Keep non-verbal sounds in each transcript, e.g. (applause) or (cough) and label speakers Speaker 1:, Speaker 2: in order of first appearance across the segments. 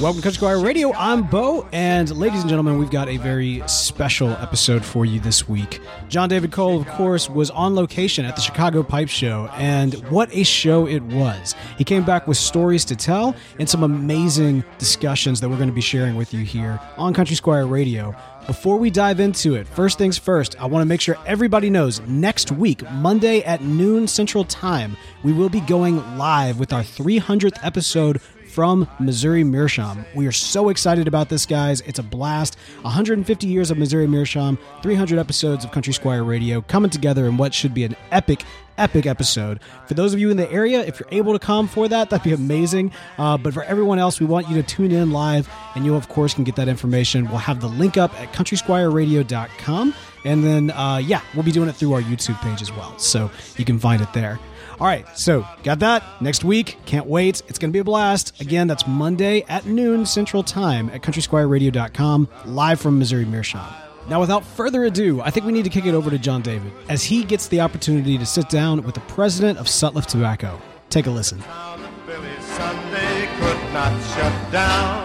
Speaker 1: Welcome to Country Choir Radio. I'm Bo, and ladies and gentlemen, we've got a very special episode for you this week. John David Cole, of course, was on location at the Chicago Pipe Show, and what a show it was. He came back with stories to tell and some amazing discussions that we're going to be sharing with you here on Country Squire Radio. Before we dive into it, first things first, I want to make sure everybody knows next week, Monday at noon Central Time, we will be going live with our 300th episode from Missouri Meerschaum. We are so excited about this, guys. It's a blast. 150 years of Missouri Meerschaum, 300 episodes of Country Squire Radio coming together in what should be an epic, epic episode. For those of you in the area, if you're able to come for that, that'd be amazing. Uh, but for everyone else, we want you to tune in live, and you, of course, can get that information. We'll have the link up at countrysquireradio.com. And then, uh, yeah, we'll be doing it through our YouTube page as well. So you can find it there. All right, so got that next week. Can't wait. It's going to be a blast. Again, that's Monday at noon Central Time at countrysquireradio.com, live from Missouri Meerschaum. Now, without further ado, I think we need to kick it over to John David as he gets the opportunity to sit down with the president of Sutliff Tobacco. Take a listen.
Speaker 2: town of Philly Sunday could not shut down.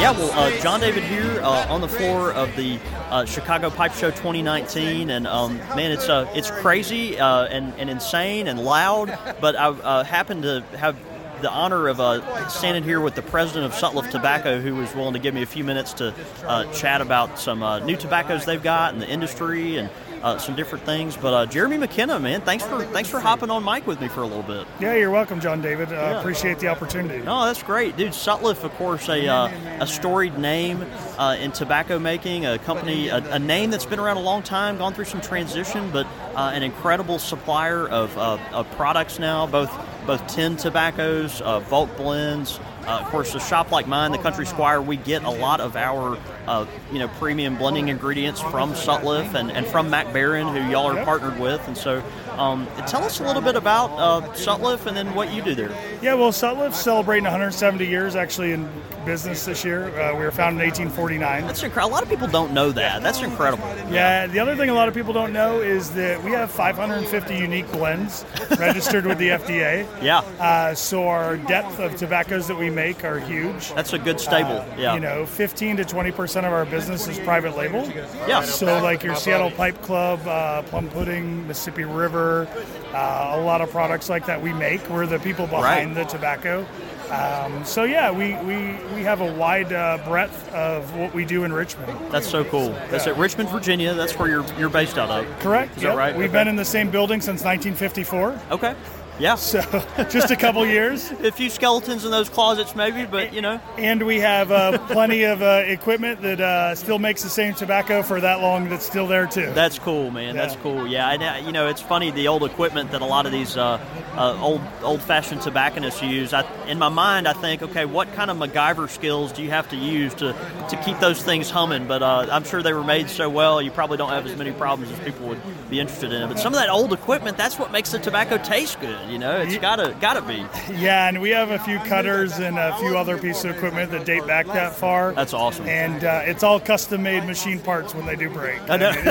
Speaker 3: Yeah, well, uh, John David here uh, on the floor of the uh, Chicago Pipe Show 2019, and um, man, it's uh, it's crazy uh, and, and insane and loud. But I uh, happened to have the honor of uh, standing here with the president of Sutliff Tobacco, who was willing to give me a few minutes to uh, chat about some uh, new tobaccos they've got and the industry and uh, some different things. But uh, Jeremy McKenna, man, thanks for thanks for hopping on mic with me for a little bit.
Speaker 4: Yeah, you're welcome, John David. Uh, Appreciate the opportunity.
Speaker 3: No, that's great, dude. Sutliff, of course, a uh, a storied name uh, in tobacco making, a company, a, a name that's been around a long time, gone through some transition, but uh, an incredible supplier of, uh, of products now, both both tin tobaccos, uh, Volk blends. Uh, of course, a shop like mine, the Country Squire, we get a lot of our uh, you know premium blending ingredients from Sutliff and, and from Mac Barron, who y'all are partnered with. And so, um, tell us a little bit about uh, Sutliff and then what you do there.
Speaker 4: Yeah, well, Sutliff's celebrating 170 years actually in business this year. Uh, we were founded in 1849.
Speaker 3: That's incredible. A lot of people don't know that. That's incredible.
Speaker 4: Yeah, the other thing a lot of people don't know is that we have 550 unique blends registered with the FDA.
Speaker 3: Yeah.
Speaker 4: Uh, so our depth of tobaccos that we make are huge.
Speaker 3: That's a good stable. yeah.
Speaker 4: Uh, You know, 15 to 20 percent of our business is private label.
Speaker 3: Yeah.
Speaker 4: So, like your Seattle Pipe Club, uh, Plum Pudding, Mississippi River, uh, a lot of products like that we make. We're the people behind the tobacco. Um, so yeah, we, we, we have a wide uh, breadth of what we do in Richmond.
Speaker 3: That's so cool. That's at Richmond, Virginia. That's where you're you're based out of.
Speaker 4: Correct.
Speaker 3: Is that right?
Speaker 4: We've
Speaker 3: Okay.
Speaker 4: been in the same building since 1954,
Speaker 3: Okay. Yeah.
Speaker 4: so (laughs) just a couple years.
Speaker 3: a few skeletons in those closets, maybe, but you know.
Speaker 4: And we have uh, plenty of uh, equipment that uh, still makes the same tobacco for that long. That's still there too.
Speaker 3: That's cool, man. That's
Speaker 4: Yeah.
Speaker 3: cool. Yeah, and uh, you know, it's funny the old equipment that a lot of these uh, uh, old old-fashioned tobacconists use. I, in my mind, I think, okay, what kind of MacGyver skills do you have to use to to keep those things humming? But uh, I'm sure they were made so well, you probably don't have as many problems as people would be interested in. But some of that old equipment, that's what makes the tobacco taste good. You know, it's gotta gotta be.
Speaker 4: Yeah, and we have a few cutters and a few other pieces of equipment that date back that far.
Speaker 3: That's awesome.
Speaker 4: And uh, it's all custom-made machine parts when they do break.
Speaker 3: I know.
Speaker 4: mean,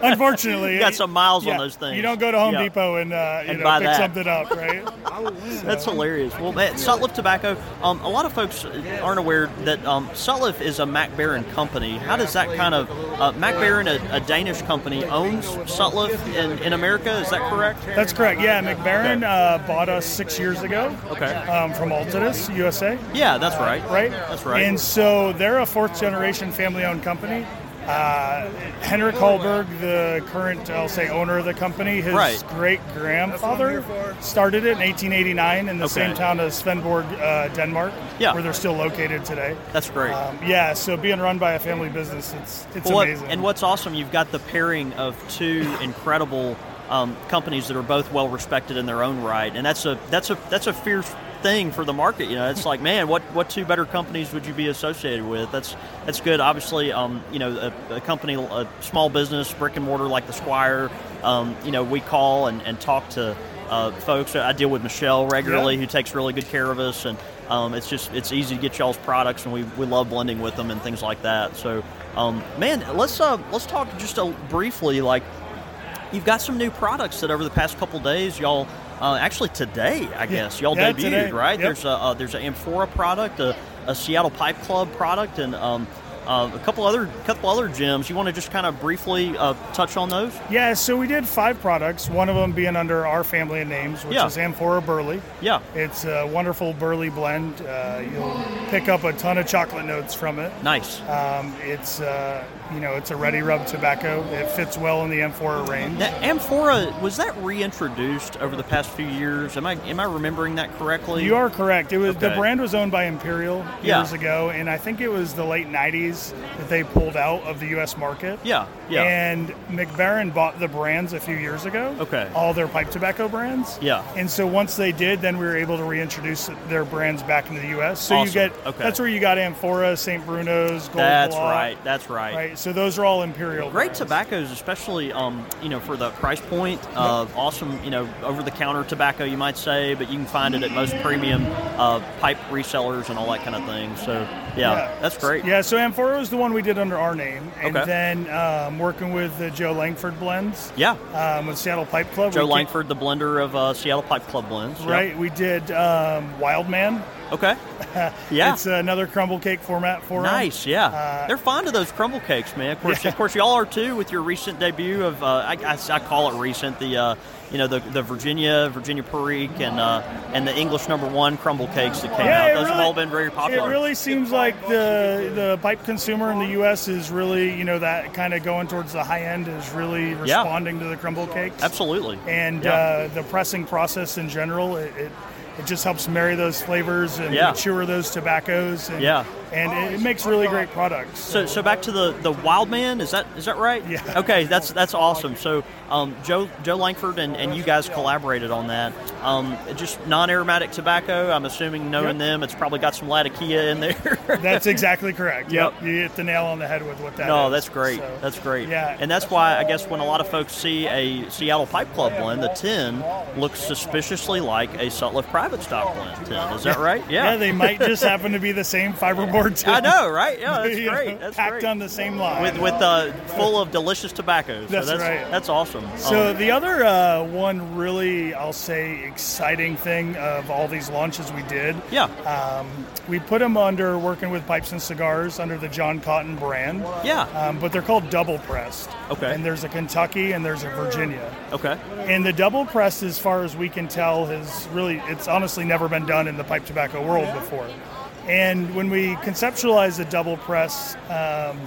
Speaker 4: (laughs) unfortunately,
Speaker 3: You got some miles on
Speaker 4: yeah,
Speaker 3: those things.
Speaker 4: You don't go to Home
Speaker 3: Yeah.
Speaker 4: Depot and, uh, you
Speaker 3: And
Speaker 4: know,
Speaker 3: buy
Speaker 4: pick
Speaker 3: that.
Speaker 4: something up, right?
Speaker 3: That's hilarious. Well, man, Sutliff Tobacco. Um, a lot of folks aren't aware that um, Sutliff is a Mac Barron company. How does that kind of uh, Mac Barron, a, a Danish company, owns Sutliff in, in America? Is that correct?
Speaker 4: That's correct. Yeah, McBaron uh, bought us six years ago.
Speaker 3: Okay.
Speaker 4: Um, from Altadis, USA.
Speaker 3: Yeah, that's right.
Speaker 4: right?
Speaker 3: That's right.
Speaker 4: And so they're a fourth generation family owned company. Uh, Henrik Hallberg, the current, I'll say, owner of the company, his
Speaker 3: Right.
Speaker 4: great grandfather started it in 1889 in the
Speaker 3: Okay.
Speaker 4: same town as Svenborg, uh, Denmark,
Speaker 3: Yeah.
Speaker 4: where they're still located today.
Speaker 3: that's great.
Speaker 4: Um, yeah, so being run by a family business, it's it's
Speaker 3: Well, what-
Speaker 4: amazing.
Speaker 3: and what's awesome, you've got the pairing of two incredible um, companies that are both well respected in their own right, and that's a that's a that's a fierce thing for the market. You know, it's like, man, what what two better companies would you be associated with? That's that's good. Obviously, um, you know, a, a company, a small business, brick and mortar like the Squire. Um, you know, we call and, and talk to. Uh, folks, I deal with Michelle regularly,
Speaker 4: Yeah.
Speaker 3: who takes really good care of us, and um, it's just it's easy to get y'all's products, and we, we love blending with them and things like that. So, um, man, let's uh, let's talk just a, briefly. Like, you've got some new products that over the past couple days, y'all Uh, actually, today I guess y'all
Speaker 4: yeah,
Speaker 3: debuted,
Speaker 4: today.
Speaker 3: right?
Speaker 4: Yep.
Speaker 3: There's a uh, there's an Amphora product, a, a Seattle Pipe Club product, and um, uh, a couple other couple other gems. You want to just kind of briefly uh, touch on those?
Speaker 4: Yeah, so we did five products, one of them being under our family of names, which
Speaker 3: Yeah.
Speaker 4: is Amphora Burley.
Speaker 3: Yeah.
Speaker 4: It's a wonderful burley blend. Uh, you'll pick up a ton of chocolate notes from it.
Speaker 3: Nice.
Speaker 4: Um, it's uh, you know it's a ready rub tobacco. It fits well in the M4 range.
Speaker 3: Now, amphora was that reintroduced over the past few years? Am I am I remembering that correctly?
Speaker 4: You are correct. It was the
Speaker 3: Okay.
Speaker 4: brand was owned by Imperial
Speaker 3: Yeah.
Speaker 4: years ago, and I think it was the late '90s that they pulled out of the U.S. market.
Speaker 3: Yeah, yeah.
Speaker 4: And McBaron bought the brands a few years ago.
Speaker 3: Okay.
Speaker 4: All their pipe tobacco brands.
Speaker 3: Yeah.
Speaker 4: And so once they did, then we were able to reintroduce their brands back into the U.S. So
Speaker 3: Awesome.
Speaker 4: you get
Speaker 3: Okay.
Speaker 4: that's where you got Amphora, St. Bruno's, Gold
Speaker 3: That's
Speaker 4: Block,
Speaker 3: right. That's right.
Speaker 4: Right. So those are all Imperial.
Speaker 3: Great
Speaker 4: brands.
Speaker 3: tobaccos, especially um, you know for the price point. Uh, awesome, you know, over-the-counter tobacco, you might say, but you can find it at most premium uh, pipe resellers and all that kind of thing. So yeah, that's great.
Speaker 4: Yeah, so Amphora is the one we did under our name, and
Speaker 3: Okay.
Speaker 4: then um, working with the Joe Langford blends.
Speaker 3: Yeah.
Speaker 4: Um, with Seattle Pipe Club.
Speaker 3: Joe
Speaker 4: we keep-
Speaker 3: Langford, the blender of uh, Seattle Pipe Club blends. Yep.
Speaker 4: Right, we did um, Wild Man. (laughs)
Speaker 3: Okay. Yeah.
Speaker 4: It's another crumble cake format for 'em.
Speaker 3: Nice, yeah.
Speaker 4: Uh,
Speaker 3: They're fond of those crumble cakes, man. Of course, of course, y'all are too with your recent debut of uh, I, I, I call it recent the uh, you know the, the Virginia Virginia Perique and uh, and the English number one crumble cakes that came out.
Speaker 4: it
Speaker 3: Those have
Speaker 4: really-
Speaker 3: all been very popular.
Speaker 4: It really seems like the the pipe consumer in the U.S. is really, you know, that kind of going towards the high end is really
Speaker 3: Yeah.
Speaker 4: responding to the crumble cakes.
Speaker 3: Absolutely.
Speaker 4: and
Speaker 3: Yeah.
Speaker 4: uh, the pressing process in general. It, it, it just helps marry those flavors and
Speaker 3: Yeah.
Speaker 4: mature those tobaccos. And,
Speaker 3: Yeah.
Speaker 4: and it, it makes really great products.
Speaker 3: So, so back to the the wild man is that is that right?
Speaker 4: Yeah.
Speaker 3: Okay, that's that's awesome. So um, Joe Joe Langford and, and you guys collaborated on that. Um, just non aromatic tobacco. I'm assuming knowing
Speaker 4: Yep.
Speaker 3: them, it's probably got some latakia in
Speaker 4: (laughs)
Speaker 3: there. (laughs)
Speaker 4: That's exactly correct.
Speaker 3: Yep.
Speaker 4: You hit the nail on the head with what that is.
Speaker 3: No, that's great.
Speaker 4: So,
Speaker 3: that's great.
Speaker 4: Yeah.
Speaker 3: And that's why I guess when a lot of folks see a Seattle Pipe Club blend, the tin looks suspiciously like a Sutliff Private Stock blend tin. Is that right? Yeah.
Speaker 4: yeah, they might just happen to be the
Speaker 3: (laughs)
Speaker 4: same fiberboard. Too.
Speaker 3: I
Speaker 4: (laughs)
Speaker 3: know, right? Yeah, that's
Speaker 4: You know,
Speaker 3: great. That's
Speaker 4: packed
Speaker 3: great.
Speaker 4: on the same line.
Speaker 3: with with uh, full of delicious tobaccos.
Speaker 4: That's
Speaker 3: so that's
Speaker 4: right.
Speaker 3: That's awesome.
Speaker 4: So
Speaker 3: Um,
Speaker 4: the other uh, one really, I'll say, exciting thing of all these launches we did.
Speaker 3: Yeah.
Speaker 4: Um, we put them under working with Pipes and Cigars under the John Cotton brand.
Speaker 3: yeah.
Speaker 4: Um, but they're called double pressed.
Speaker 3: Okay.
Speaker 4: And there's a Kentucky and there's a Virginia.
Speaker 3: okay.
Speaker 4: And the double pressed, as far as we can tell, has really, it's honestly never been done in the pipe tobacco world before. And when we conceptualized the double press, um,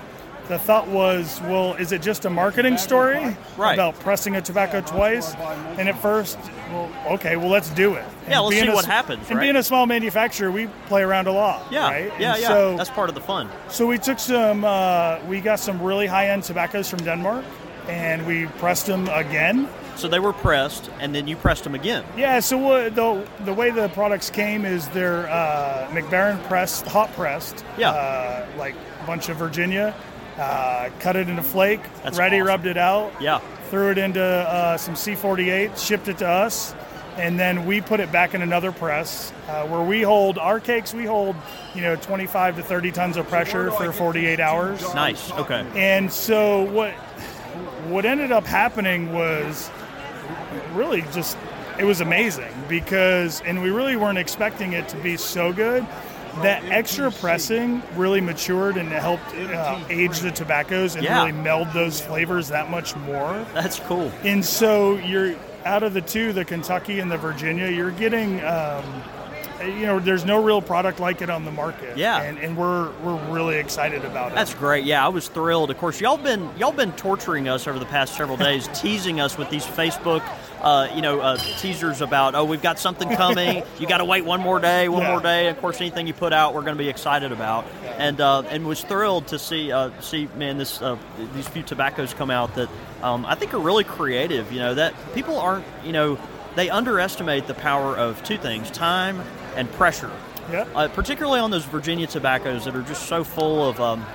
Speaker 4: the thought was, well, is it just a marketing story
Speaker 3: Right.
Speaker 4: about pressing a tobacco twice? And at first, well, okay, well, let's do it. And
Speaker 3: Yeah, let's
Speaker 4: being
Speaker 3: see
Speaker 4: a
Speaker 3: what
Speaker 4: s-
Speaker 3: happens,
Speaker 4: And
Speaker 3: right?
Speaker 4: being a small manufacturer, we play around a lot.
Speaker 3: Yeah.
Speaker 4: Right?
Speaker 3: Yeah.
Speaker 4: And
Speaker 3: yeah.
Speaker 4: So,
Speaker 3: that's part of the fun.
Speaker 4: so we took some, uh, we got some really high end tobaccos from Denmark and we pressed them again.
Speaker 3: So they were pressed, and then you pressed them again.
Speaker 4: Yeah, so what, the, the way the products came is they're uh, McBaron pressed, hot pressed,
Speaker 3: Yeah.
Speaker 4: uh, like a bunch of Virginia, uh, cut it into flake,
Speaker 3: That's
Speaker 4: ready
Speaker 3: awesome.
Speaker 4: rubbed it out,
Speaker 3: Yeah.
Speaker 4: threw it into uh, some C48, shipped it to us, and then we put it back in another press uh, where we hold our cakes, we hold, you know, 25 to 30 tons of pressure for 48 hours.
Speaker 3: Nice. Okay.
Speaker 4: And so what what ended up happening was really just it was amazing because and we really weren't expecting it to be so good. That extra pressing really matured and helped uh, age the tobaccos and
Speaker 3: Yeah.
Speaker 4: really meld those flavors that much more.
Speaker 3: That's cool.
Speaker 4: And so you're out of the two, the Kentucky and the Virginia, you're getting, um, you know, there's no real product like it on the market.
Speaker 3: Yeah.
Speaker 4: and, and we're we're really excited about it.
Speaker 3: That's great. Yeah, I was thrilled. Of course, y'all been y'all been torturing us over the past several days,
Speaker 4: (laughs)
Speaker 3: teasing us with these Facebook, uh, you know, uh, teasers about oh we've got something coming. you got to wait one more day, one
Speaker 4: Yeah.
Speaker 3: more day. Of course, anything you put out, we're going to be excited about. And uh, and was thrilled to see uh, see man this uh, these few tobaccos come out that um, I think are really creative. You know that people aren't you know they underestimate the power of two things: time and pressure
Speaker 4: yeah.
Speaker 3: uh, particularly on those Virginia tobaccos that are just so full of, um,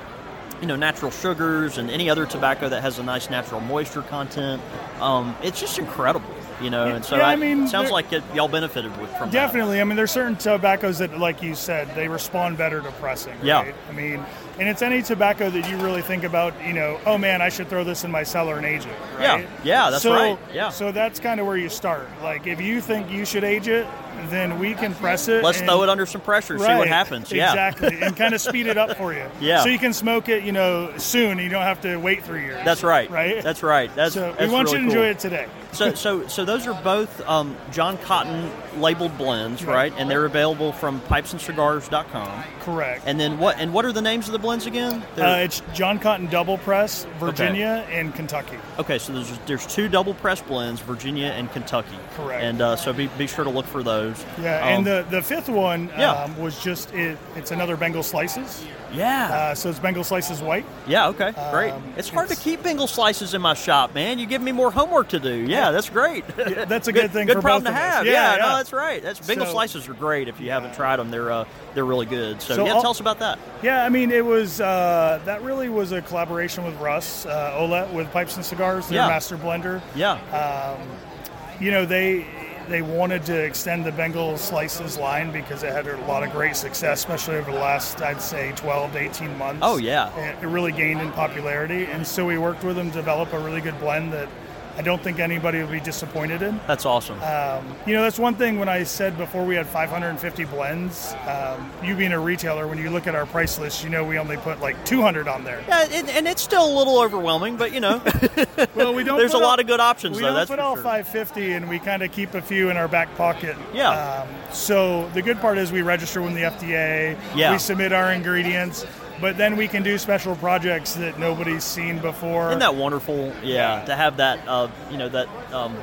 Speaker 3: you know, natural sugars and any other tobacco that has a nice natural moisture content. Um, it's just incredible. you know, and so
Speaker 4: Yeah, I
Speaker 3: it
Speaker 4: mean,
Speaker 3: sounds
Speaker 4: there-
Speaker 3: like it, y'all benefited with, from that.
Speaker 4: Definitely. I mean, there's certain tobaccos that, like you said, they respond better to pressing.
Speaker 3: Yeah.
Speaker 4: Right? I mean, and it's any tobacco that you really think about, you know, oh man, I should throw this in my cellar and age it.
Speaker 3: Yeah.
Speaker 4: Right?
Speaker 3: Yeah, that's
Speaker 4: so,
Speaker 3: right. Yeah.
Speaker 4: So that's kind of where you start. Like, if you think you should age it, then we can press it.
Speaker 3: Let's
Speaker 4: and-
Speaker 3: throw it under some pressure, see what
Speaker 4: Right,
Speaker 3: happens. Yeah.
Speaker 4: Exactly. and kind of speed it up for you.
Speaker 3: (laughs) Yeah.
Speaker 4: So you can smoke it, you know, soon. and You don't have to wait three years.
Speaker 3: That's right.
Speaker 4: Right?
Speaker 3: That's right. That's,
Speaker 4: so we
Speaker 3: that's
Speaker 4: want
Speaker 3: really
Speaker 4: you to
Speaker 3: cool.
Speaker 4: enjoy it today.
Speaker 3: so, so, so those are both um, John Cotton labeled blends,
Speaker 4: Right.
Speaker 3: right? And they're available from pipesandcigars.com.
Speaker 4: Correct.
Speaker 3: And then what? And what are the names of the blends again? They're-
Speaker 4: uh, it's John Cotton Double Press, Virginia, and Kentucky.
Speaker 3: okay, so there's there's two double press blends, Virginia and Kentucky.
Speaker 4: Correct.
Speaker 3: And uh, so be, be sure to look for those.
Speaker 4: Yeah,
Speaker 3: Um,
Speaker 4: and the, the fifth one
Speaker 3: Yeah.
Speaker 4: um, was just it, it's another Bengal slices.
Speaker 3: yeah,
Speaker 4: Uh, so it's Bengal slices white.
Speaker 3: yeah, okay, great.
Speaker 4: um,
Speaker 3: It's hard to
Speaker 4: it's-
Speaker 3: keep Bengal slices in my shop, man. You give me more homework to do. Yeah, that's
Speaker 4: (laughs)
Speaker 3: great.
Speaker 4: That's a good, thing.
Speaker 3: Good
Speaker 4: for
Speaker 3: problem
Speaker 4: both
Speaker 3: to
Speaker 4: of us.
Speaker 3: have.
Speaker 4: Yeah,
Speaker 3: no, that's right. That's Bengal
Speaker 4: So-
Speaker 3: slices are great. If you haven't tried them, they're uh, they're really good. So,
Speaker 4: So
Speaker 3: yeah,
Speaker 4: all-
Speaker 3: tell us about that.
Speaker 4: Yeah, I mean, it was uh, that really was a collaboration with Russ uh, Olet with Pipes and Cigars, their
Speaker 3: Yeah.
Speaker 4: master blender.
Speaker 3: Yeah,
Speaker 4: Uh, You know, they they wanted to extend the Bengal slices line because it had a lot of great success, especially over the last I'd say 12 to 18 months.
Speaker 3: Oh, yeah.
Speaker 4: it, it really gained in popularity, and so we worked with them to develop a really good blend that I don't think anybody would be disappointed in.
Speaker 3: that's awesome.
Speaker 4: Um, you know, that's one thing when I said before we had 550 blends. Um, you being a retailer, when you look at our price list, you know we only put like 200 on there.
Speaker 3: yeah, and, and it's still a little overwhelming, but you know,
Speaker 4: Well, we don't.
Speaker 3: There's
Speaker 4: put
Speaker 3: a
Speaker 4: all-
Speaker 3: lot of good options,
Speaker 4: We
Speaker 3: though,
Speaker 4: don't
Speaker 3: that's
Speaker 4: put
Speaker 3: for
Speaker 4: all
Speaker 3: sure.
Speaker 4: 550, and we kind of keep a few in our back pocket.
Speaker 3: Yeah.
Speaker 4: Um, so the good part is we register with the FDA.
Speaker 3: Yeah.
Speaker 4: We submit our ingredients, but then we can do special projects that nobody's seen before.
Speaker 3: Isn't that wonderful? Yeah,
Speaker 4: Yeah.
Speaker 3: to have that, uh, you know, that um,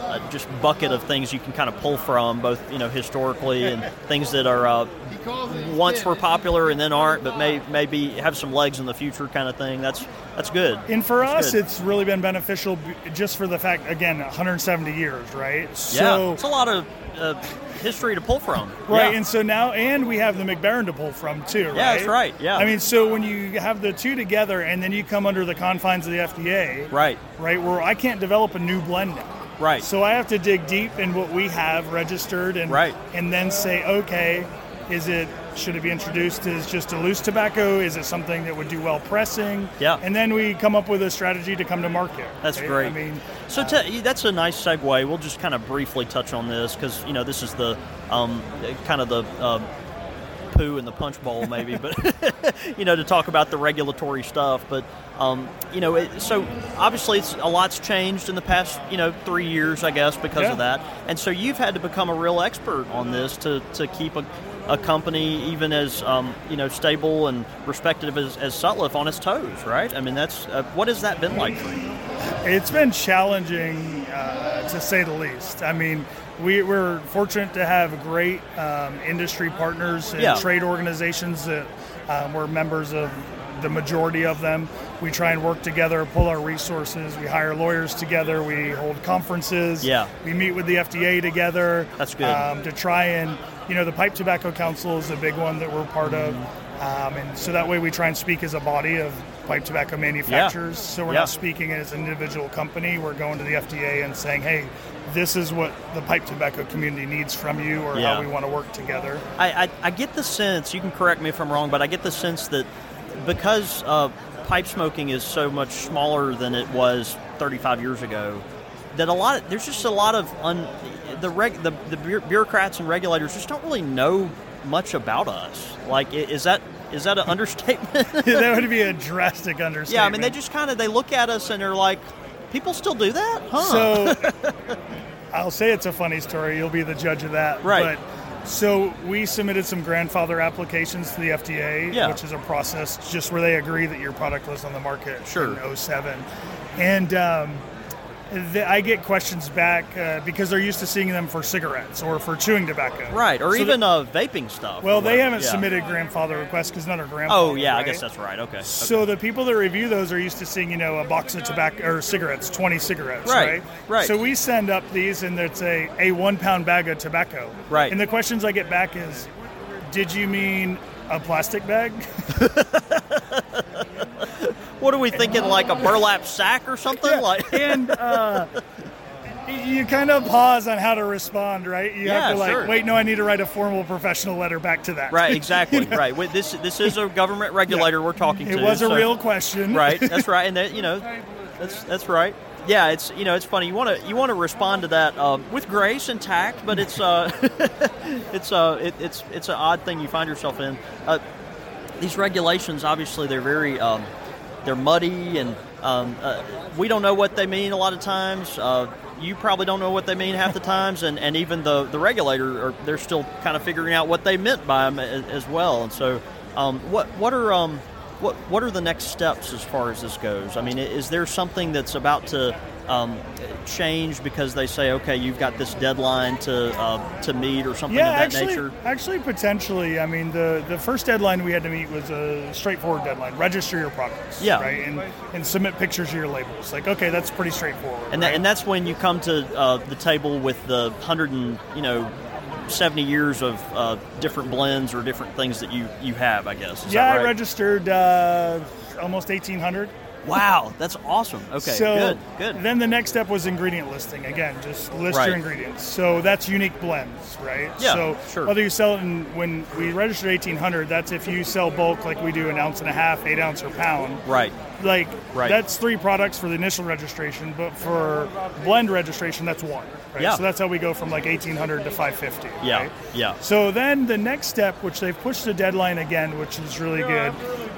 Speaker 3: uh, just bucket of things you can kind of pull from, both you know historically and things that are uh, once were popular and then aren't, but may maybe have some legs in the future, kind of thing. That's that's good.
Speaker 4: And for
Speaker 3: That's
Speaker 4: us,
Speaker 3: good.
Speaker 4: it's really been beneficial b- just for the fact, again, 170 years, right?
Speaker 3: yeah,
Speaker 4: So,
Speaker 3: it's a lot of uh, history to pull from.
Speaker 4: Right,
Speaker 3: Yeah.
Speaker 4: and so now, and we have the McBaron to pull from too, right?
Speaker 3: that's right, yeah.
Speaker 4: I mean, so when you have the two together, and then you come under the confines of the FDA,
Speaker 3: right,
Speaker 4: right, where I can't develop a new blend now.
Speaker 3: right.
Speaker 4: So I have to dig deep in what we have registered, and
Speaker 3: Right.
Speaker 4: and then say, okay, is it should it be introduced as just a loose tobacco? Is it something that would do well pressing?
Speaker 3: Yeah.
Speaker 4: and then we come up with a strategy to come to market.
Speaker 3: That's
Speaker 4: right?
Speaker 3: great.
Speaker 4: I mean,
Speaker 3: So te- that's a nice segue. We'll just kind of briefly touch on this because you know this is the um, kind of the uh, poo in the punch bowl, maybe, but (laughs) you know to talk about the regulatory stuff. But um, you know, it, so obviously it's a lot's changed in the past you know three years, I guess, because
Speaker 4: Yeah.
Speaker 3: of that. And so you've had to become a real expert on this to, to keep a, a company even as um, you know stable and respected as, as Sutliff on its toes, right? I mean, that's uh, what has that been like for you?
Speaker 4: It's been challenging, uh, to say the least. I mean, we, we're fortunate to have great um, industry partners and
Speaker 3: Yeah.
Speaker 4: trade organizations that um, we're members of the majority of them. We try and work together, pull our resources, we hire lawyers together, we hold conferences,
Speaker 3: Yeah.
Speaker 4: we meet with the FDA together.
Speaker 3: That's good.
Speaker 4: Um, to try and, you know, the Pipe Tobacco Council is a big one that we're part of.
Speaker 3: Mm-hmm.
Speaker 4: Um, and so that way we try and speak as a body of pipe tobacco manufacturers. So we're
Speaker 3: Yeah.
Speaker 4: not speaking as an individual company. We're going to the FDA and saying, hey, this is what the pipe tobacco community needs from you or
Speaker 3: Yeah.
Speaker 4: how we want to work together. (laughs)
Speaker 3: I, I, I get the sense, you can correct me if I'm wrong, but I get the sense that because uh, pipe smoking is so much smaller than it was 35 years ago, that a lot there's just a lot of un, the, reg, the the bu- bureaucrats and regulators just don't really know much about us. Like, i- is that is that an (laughs) understatement?
Speaker 4: that would be a drastic
Speaker 3: (laughs)
Speaker 4: understatement.
Speaker 3: yeah, I mean, they just kind of they look at us and they're like, people still do that, huh?
Speaker 4: So (laughs) I'll say it's a funny story. You'll be the judge of that.
Speaker 3: Right.
Speaker 4: But so we submitted some grandfather applications to the FDA,
Speaker 3: Yeah.
Speaker 4: which is a process just where they agree that your product was on the market
Speaker 3: Sure.
Speaker 4: in 07. And um, th- I get questions back uh, because they're used to seeing them for cigarettes or for chewing tobacco.
Speaker 3: right, or
Speaker 4: So
Speaker 3: even
Speaker 4: the-
Speaker 3: uh, vaping stuff.
Speaker 4: well, they
Speaker 3: Right,
Speaker 4: haven't
Speaker 3: yeah.
Speaker 4: submitted grandfather requests because none are grandfather.
Speaker 3: Oh yeah, I guess
Speaker 4: right?
Speaker 3: that's right. Okay.
Speaker 4: So the people that review those are used to seeing, you know, a box of tobacco or cigarettes, twenty cigarettes,
Speaker 3: Right,
Speaker 4: right?
Speaker 3: right.
Speaker 4: So we send up these, and it's a a one pound bag of tobacco.
Speaker 3: Right.
Speaker 4: And the questions I get back is, did you mean a plastic bag? (laughs)
Speaker 3: What are we thinking? Like a burlap sack or something? Like
Speaker 4: and uh, you kind of pause on how to respond, right? You
Speaker 3: Yeah,
Speaker 4: have to like,
Speaker 3: sure.
Speaker 4: wait, no, I need to write a formal professional letter back to that. (laughs)
Speaker 3: Right, exactly. Right. Wait, This this is a government regulator we're talking
Speaker 4: It
Speaker 3: to.
Speaker 4: was a
Speaker 3: so-
Speaker 4: real question.
Speaker 3: Right. That's right. And that
Speaker 4: (laughs)
Speaker 3: you know, that's that's right. Yeah, it's you know it's funny. You want to you want to respond to that uh, with grace and tact, but it's uh, (laughs) it's uh, it, it's it's an odd thing you find yourself in. Uh, these regulations, obviously, they're very um, they're muddy, and um, uh, we don't know what they mean a lot of times. Uh, you probably don't know what they mean half the times, and, and even the the regulator, are, they're still kind of figuring out what they meant by them as, as well. And so, um, what what are um, what what are the next steps as far as this goes? I mean, i- is there something that's about to um, change because they say, okay, you've got this deadline to uh, to meet or something
Speaker 4: Yeah,
Speaker 3: of that
Speaker 4: actually,
Speaker 3: nature?
Speaker 4: actually, potentially. I mean, the the first deadline we had to meet was a straightforward deadline: register your products,
Speaker 3: Yeah.
Speaker 4: right, and and submit pictures of your labels. Like, okay, that's pretty straightforward.
Speaker 3: And, that, and that's when you come to uh, the table with the hundred and you know seventy years of uh, different blends or different things that you you have. I guess. Is
Speaker 4: yeah,
Speaker 3: that
Speaker 4: I
Speaker 3: right?
Speaker 4: registered uh, almost eighteen hundred.
Speaker 3: Wow, that's awesome. Okay,
Speaker 4: so
Speaker 3: good, good.
Speaker 4: Then the next step was ingredient listing. Again, just list
Speaker 3: Right.
Speaker 4: your ingredients. So that's unique blends, right?
Speaker 3: Yeah,
Speaker 4: so
Speaker 3: sure.
Speaker 4: whether you sell it in, when we register 1800, that's if you sell bulk like we do an ounce and a half, eight ounce or pound.
Speaker 3: Right.
Speaker 4: Like
Speaker 3: Right.
Speaker 4: that's three products for the initial registration, but for blend registration, that's one. Right?
Speaker 3: Yeah.
Speaker 4: So that's how we go from like 1800 to 550.
Speaker 3: Yeah,
Speaker 4: right?
Speaker 3: yeah.
Speaker 4: So then the next step, which they've pushed the deadline again, which is really good,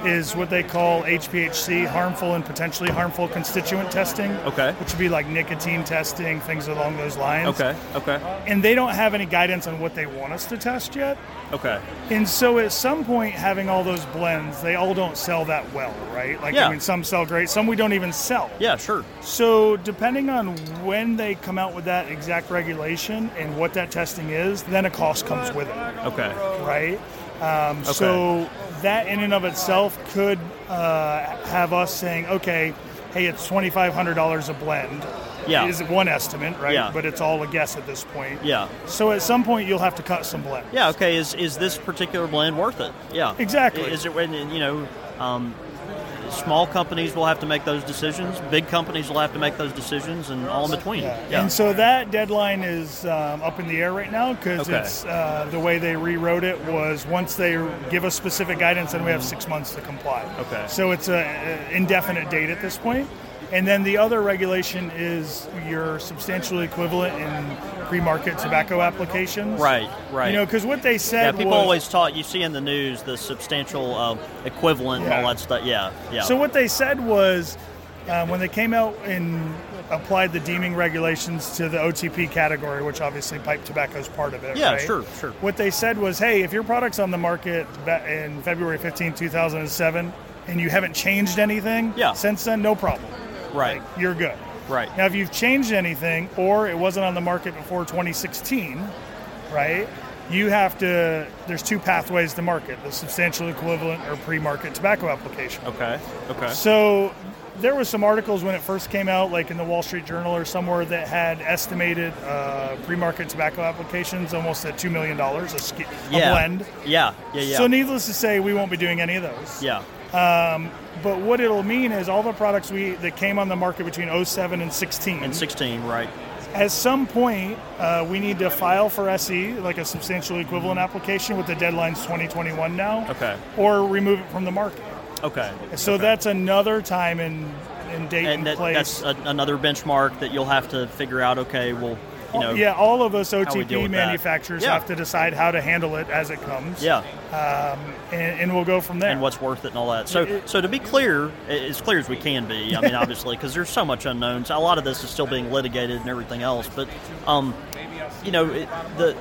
Speaker 4: is what they call HPHC, harmful and potentially harmful constituent testing.
Speaker 3: Okay.
Speaker 4: Which would be like nicotine testing, things along those lines.
Speaker 3: Okay, okay,
Speaker 4: And they don't have any guidance on what they want us to test yet.
Speaker 3: okay.
Speaker 4: And so at some point, having all those blends, they all don't sell that well, right? Like,
Speaker 3: Yeah.
Speaker 4: I mean, some sell great, some we don't even sell.
Speaker 3: Yeah, sure.
Speaker 4: So, depending on when they come out with that exact regulation and what that testing is, then a cost comes with it
Speaker 3: Okay,
Speaker 4: right? Um, So that in and of itself could uh, have us saying, okay, hey, it's twenty five hundred dollars a blend.
Speaker 3: Yeah.
Speaker 4: is one estimate, right?
Speaker 3: Yeah.
Speaker 4: But it's all a guess at this point.
Speaker 3: yeah,
Speaker 4: So at some point you'll have to cut some blends.
Speaker 3: yeah. Okay, is is this particular blend worth it? Yeah,
Speaker 4: Exactly.
Speaker 3: Is it when you know? Um, Small companies will have to make those decisions. Big companies will have to make those decisions, and all in between. Yeah,
Speaker 4: And so that deadline is um, up in the air right now because
Speaker 3: Okay.
Speaker 4: it's uh, the way they rewrote it was once they give us specific guidance, then we have six months to comply.
Speaker 3: Okay.
Speaker 4: So it's an indefinite date at this point. And then the other regulation is your substantial equivalent in pre-market tobacco applications.
Speaker 3: Right, right.
Speaker 4: You know, because what they
Speaker 3: Yeah,
Speaker 4: said
Speaker 3: people
Speaker 4: was,
Speaker 3: always talk. You see in the news the substantial uh, equivalent and
Speaker 4: Yeah.
Speaker 3: all that stuff. Yeah, yeah.
Speaker 4: So what they said was, um, when they came out and applied the deeming regulations to the OTP category, which obviously pipe tobacco is part of it.
Speaker 3: Yeah,
Speaker 4: right?
Speaker 3: sure, sure.
Speaker 4: What they said was, hey, if your product's on the market ba- in February 15, 2007, and you haven't changed anything
Speaker 3: Yeah.
Speaker 4: since then, no problem.
Speaker 3: right,
Speaker 4: You're good.
Speaker 3: right.
Speaker 4: Now, if you've changed anything or it wasn't on the market before 2016, right? You have to. There's two pathways to market: the substantial equivalent or pre-market tobacco application.
Speaker 3: Okay, okay.
Speaker 4: So there was some articles when it first came out, like in the Wall Street Journal or somewhere, that had estimated uh, pre-market tobacco applications almost at two million dollars a, sk-
Speaker 3: yeah.
Speaker 4: a blend.
Speaker 3: Yeah, yeah, yeah.
Speaker 4: So needless to say, we won't be doing any of those.
Speaker 3: yeah,
Speaker 4: But what it'll mean is all the products we that came on the market between 07 and 16.
Speaker 3: and sixteen, right?
Speaker 4: at some point, uh, we need to file for SE, like a substantial equivalent application, with the deadlines 2021 now.
Speaker 3: Mm-hmm. Okay.
Speaker 4: Or remove it from the market.
Speaker 3: Okay.
Speaker 4: So that's another time in in date and,
Speaker 3: And that,
Speaker 4: place.
Speaker 3: that's a, another benchmark that you'll have to figure out. Okay, well, you know,
Speaker 4: Oh, yeah, all of us
Speaker 3: we deal
Speaker 4: OTP
Speaker 3: with that.
Speaker 4: manufacturers
Speaker 3: Yeah.
Speaker 4: have to decide how to handle it as it comes.
Speaker 3: yeah,
Speaker 4: and, and we'll go from there.
Speaker 3: and what's worth it and all that. So, so to be clear, a- as clear as we can be. I mean, obviously, because there's so much unknowns. A lot of this is still being litigated and everything else. But, um, you know, it, the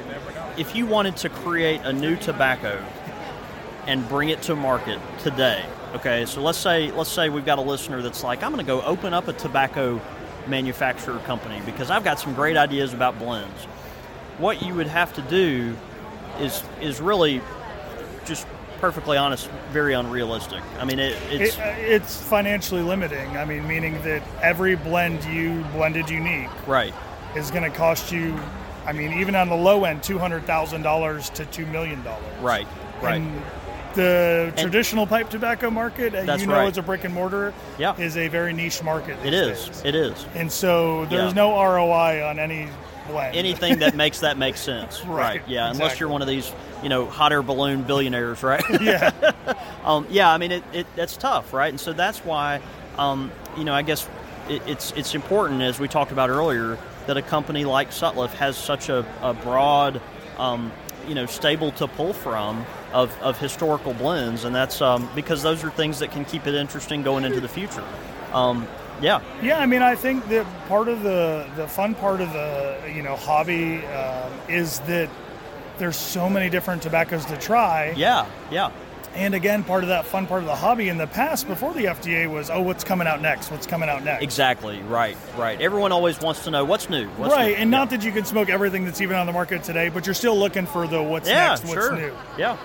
Speaker 3: if you wanted to create a new tobacco and bring it to market today. Okay, so let's say let's say we've got a listener that's like, I'm going to go open up a tobacco manufacturer company because I've got some great ideas about blends. What you would have to do is is really just perfectly honest, very unrealistic. I mean, it, it's
Speaker 4: It- uh, it's financially limiting. I mean, meaning that every blend you blended unique
Speaker 3: right,
Speaker 4: is going to cost you. I mean, even on the low end, two hundred thousand dollars to two million dollars.
Speaker 3: right, right.
Speaker 4: And the traditional pipe tobacco market, uh,
Speaker 3: That's
Speaker 4: you know,
Speaker 3: right.
Speaker 4: as a brick and mortar,
Speaker 3: Yeah.
Speaker 4: is a very niche market.
Speaker 3: It
Speaker 4: these
Speaker 3: is.
Speaker 4: days.
Speaker 3: It is.
Speaker 4: and so there's
Speaker 3: Yeah.
Speaker 4: no ROI on any blend.
Speaker 3: Anything that makes that make sense.
Speaker 4: (laughs) Right,
Speaker 3: Yeah. Unless
Speaker 4: exactly.
Speaker 3: you're one of these, you know, hot air balloon billionaires, right?
Speaker 4: (laughs) yeah,
Speaker 3: (laughs) um, yeah, I mean, it, it, that's tough, right? And so that's why, um, you know, I guess it, it's it's important as we talked about earlier that a company like Sutliff has such a, a broad, um, you know, stable to pull from of, of historical blends, and that's um, because those are things that can keep it interesting going into the future. Um, yeah,
Speaker 4: yeah. I mean, I think that part of the the fun part of the you know hobby um, is that there's so many different tobaccos to try.
Speaker 3: yeah, yeah,
Speaker 4: And again, part of that fun part of the hobby in the past, before the FDA, was oh, what's coming out next? What's coming out next?
Speaker 3: exactly, right, right. Everyone always wants to know what's new, what's
Speaker 4: right,
Speaker 3: new.
Speaker 4: and not that you can smoke everything that's even on the market today, but you're still looking for the what's
Speaker 3: yeah,
Speaker 4: next, what's
Speaker 3: sure,
Speaker 4: new.
Speaker 3: yeah,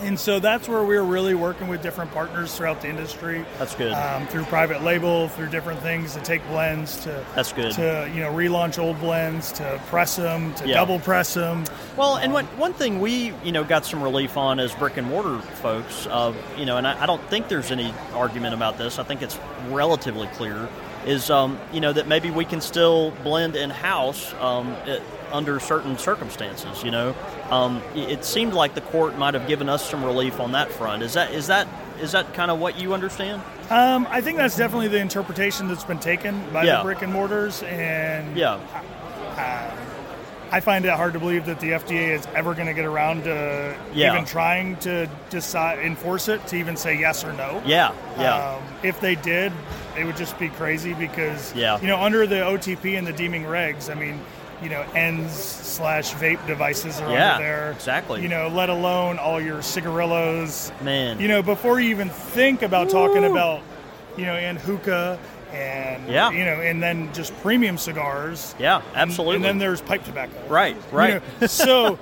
Speaker 4: And so that's where we're really working with different partners throughout the industry.
Speaker 3: That's good.
Speaker 4: Um, through private label, through different things to take blends to.
Speaker 3: That's good.
Speaker 4: To you know, relaunch old blends, to press them, to
Speaker 3: Yeah.
Speaker 4: double press them.
Speaker 3: Well, and one, one thing we, you know, got some relief on as brick and mortar folks, uh, you know, and I, I don't think there's any argument about this. I think it's relatively clear is, um, you know, that maybe we can still blend in house um, it, under certain circumstances. You know, um, i- it seemed like the court might have given us some relief on that front. Is that is that is that kind of what you understand?
Speaker 4: Um, I think that's definitely the interpretation that's been taken by
Speaker 3: Yeah.
Speaker 4: the brick and mortars, and
Speaker 3: Yeah,
Speaker 4: I find it hard to believe that the FDA is ever going to get around to
Speaker 3: Yeah.
Speaker 4: even trying to decide enforce it to even say yes or no.
Speaker 3: yeah, yeah,
Speaker 4: Um, if they did, it would just be crazy because
Speaker 3: Yeah.
Speaker 4: you know under the OTP and the deeming regs, I mean, you know, ends slash vape devices are
Speaker 3: Yeah,
Speaker 4: under there.
Speaker 3: exactly.
Speaker 4: You know, let alone all your cigarillos.
Speaker 3: man.
Speaker 4: Uh, You know, before you even think about talking about, you know, and hookah and
Speaker 3: Yeah.
Speaker 4: you know, and then just premium cigars.
Speaker 3: yeah,
Speaker 4: And-
Speaker 3: absolutely.
Speaker 4: And then there's pipe tobacco.
Speaker 3: right, right.
Speaker 4: You know, (laughs) so,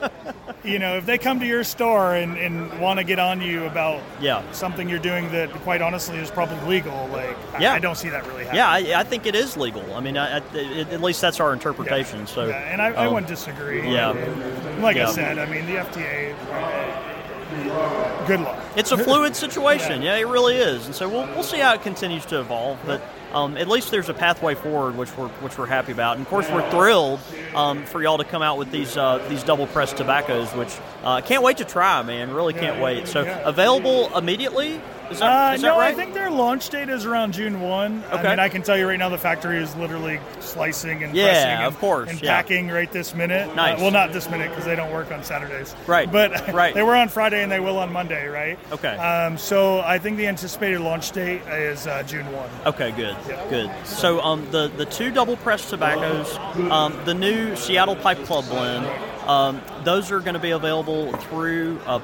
Speaker 4: you know, if they come to your store and, and want to get on you about
Speaker 3: Yeah.
Speaker 4: something you're doing that, quite honestly, is probably legal, like, I-
Speaker 3: Yeah.
Speaker 4: I, don't see that really happening.
Speaker 3: Yeah, I, I think it is legal. I mean, I, I, it, at least that's our interpretation. So,
Speaker 4: Yeah, and I, I
Speaker 3: um,
Speaker 4: wouldn't disagree.
Speaker 3: yeah.
Speaker 4: And like
Speaker 3: Yeah.
Speaker 4: I said, I mean, the FDA, uh, good luck.
Speaker 3: it's a fluid situation. yeah. it really is. And so we'll, we'll see how it continues to evolve. But um, at least there's a pathway forward, which we're which we're happy about. And of course, we're thrilled um, for y'all to come out with these uh, these double pressed tobaccos, which uh, can't wait to try, man. Really can't wait. So
Speaker 4: Yeah.
Speaker 3: available immediately. Is that,
Speaker 4: Uh,
Speaker 3: is that
Speaker 4: no,
Speaker 3: right?
Speaker 4: I think their launch date is around June 1.
Speaker 3: Okay.
Speaker 4: I mean, I can tell you right now the factory is literally slicing and
Speaker 3: Yeah,
Speaker 4: pressing and,
Speaker 3: of course,
Speaker 4: and
Speaker 3: yeah.
Speaker 4: packing right this minute. Uh,
Speaker 3: Nice.
Speaker 4: well, not this minute because they don't work on Saturdays.
Speaker 3: Right,
Speaker 4: But (laughs)
Speaker 3: right.
Speaker 4: they were on Friday and they will on Monday, right?
Speaker 3: Okay.
Speaker 4: Um, so I think the anticipated launch date is uh, June 1.
Speaker 3: Okay, good, good. So um, the the two double pressed tobaccos, um, the new Seattle Pipe Club blend, um, those are going to be available through uh,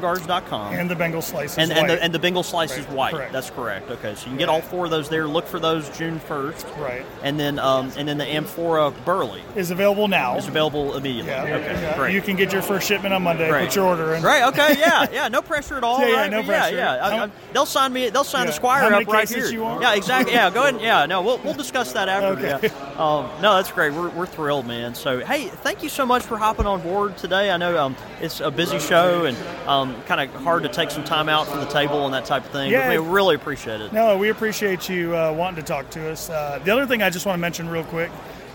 Speaker 3: pipesandcigars.com.
Speaker 4: And the Bengal slice
Speaker 3: and,
Speaker 4: is
Speaker 3: and,
Speaker 4: white.
Speaker 3: the, and the Bengal slice is
Speaker 4: Right,
Speaker 3: white.
Speaker 4: correct.
Speaker 3: That's correct. Okay, so you can get all four of those there. Look for those June first.
Speaker 4: Right.
Speaker 3: And then um, and then the Amphora Burley
Speaker 4: is available now.
Speaker 3: is available immediately.
Speaker 4: Yeah.
Speaker 3: Okay,
Speaker 4: Yeah.
Speaker 3: great.
Speaker 4: You can get your first shipment on Monday.
Speaker 3: Great.
Speaker 4: Put your order in.
Speaker 3: Right. Okay.
Speaker 4: (laughs)
Speaker 3: Yeah. Yeah. No pressure at all.
Speaker 4: Yeah, yeah,
Speaker 3: right?
Speaker 4: no
Speaker 3: But
Speaker 4: pressure.
Speaker 3: Yeah. yeah. I-
Speaker 4: How-
Speaker 3: I- they'll sign me. They'll sign
Speaker 4: Yeah.
Speaker 3: a squire
Speaker 4: How many
Speaker 3: up right
Speaker 4: cases
Speaker 3: here.
Speaker 4: you want?
Speaker 3: Yeah. Exactly. Yeah. Go ahead. and- Yeah. No. We'll, we'll discuss that after.
Speaker 4: Okay.
Speaker 3: Yeah. Um, no, that's great. We're, we're thrilled, man. So hey, thank you so much for hopping on board today. I know um, it's a busy show and um, kind of hard to take some time out from the table and that type of thing.
Speaker 4: Yeah.
Speaker 3: But we really appreciate it.
Speaker 4: No, we appreciate you uh, wanting to talk to us. Uh, the other thing I just want to mention real quick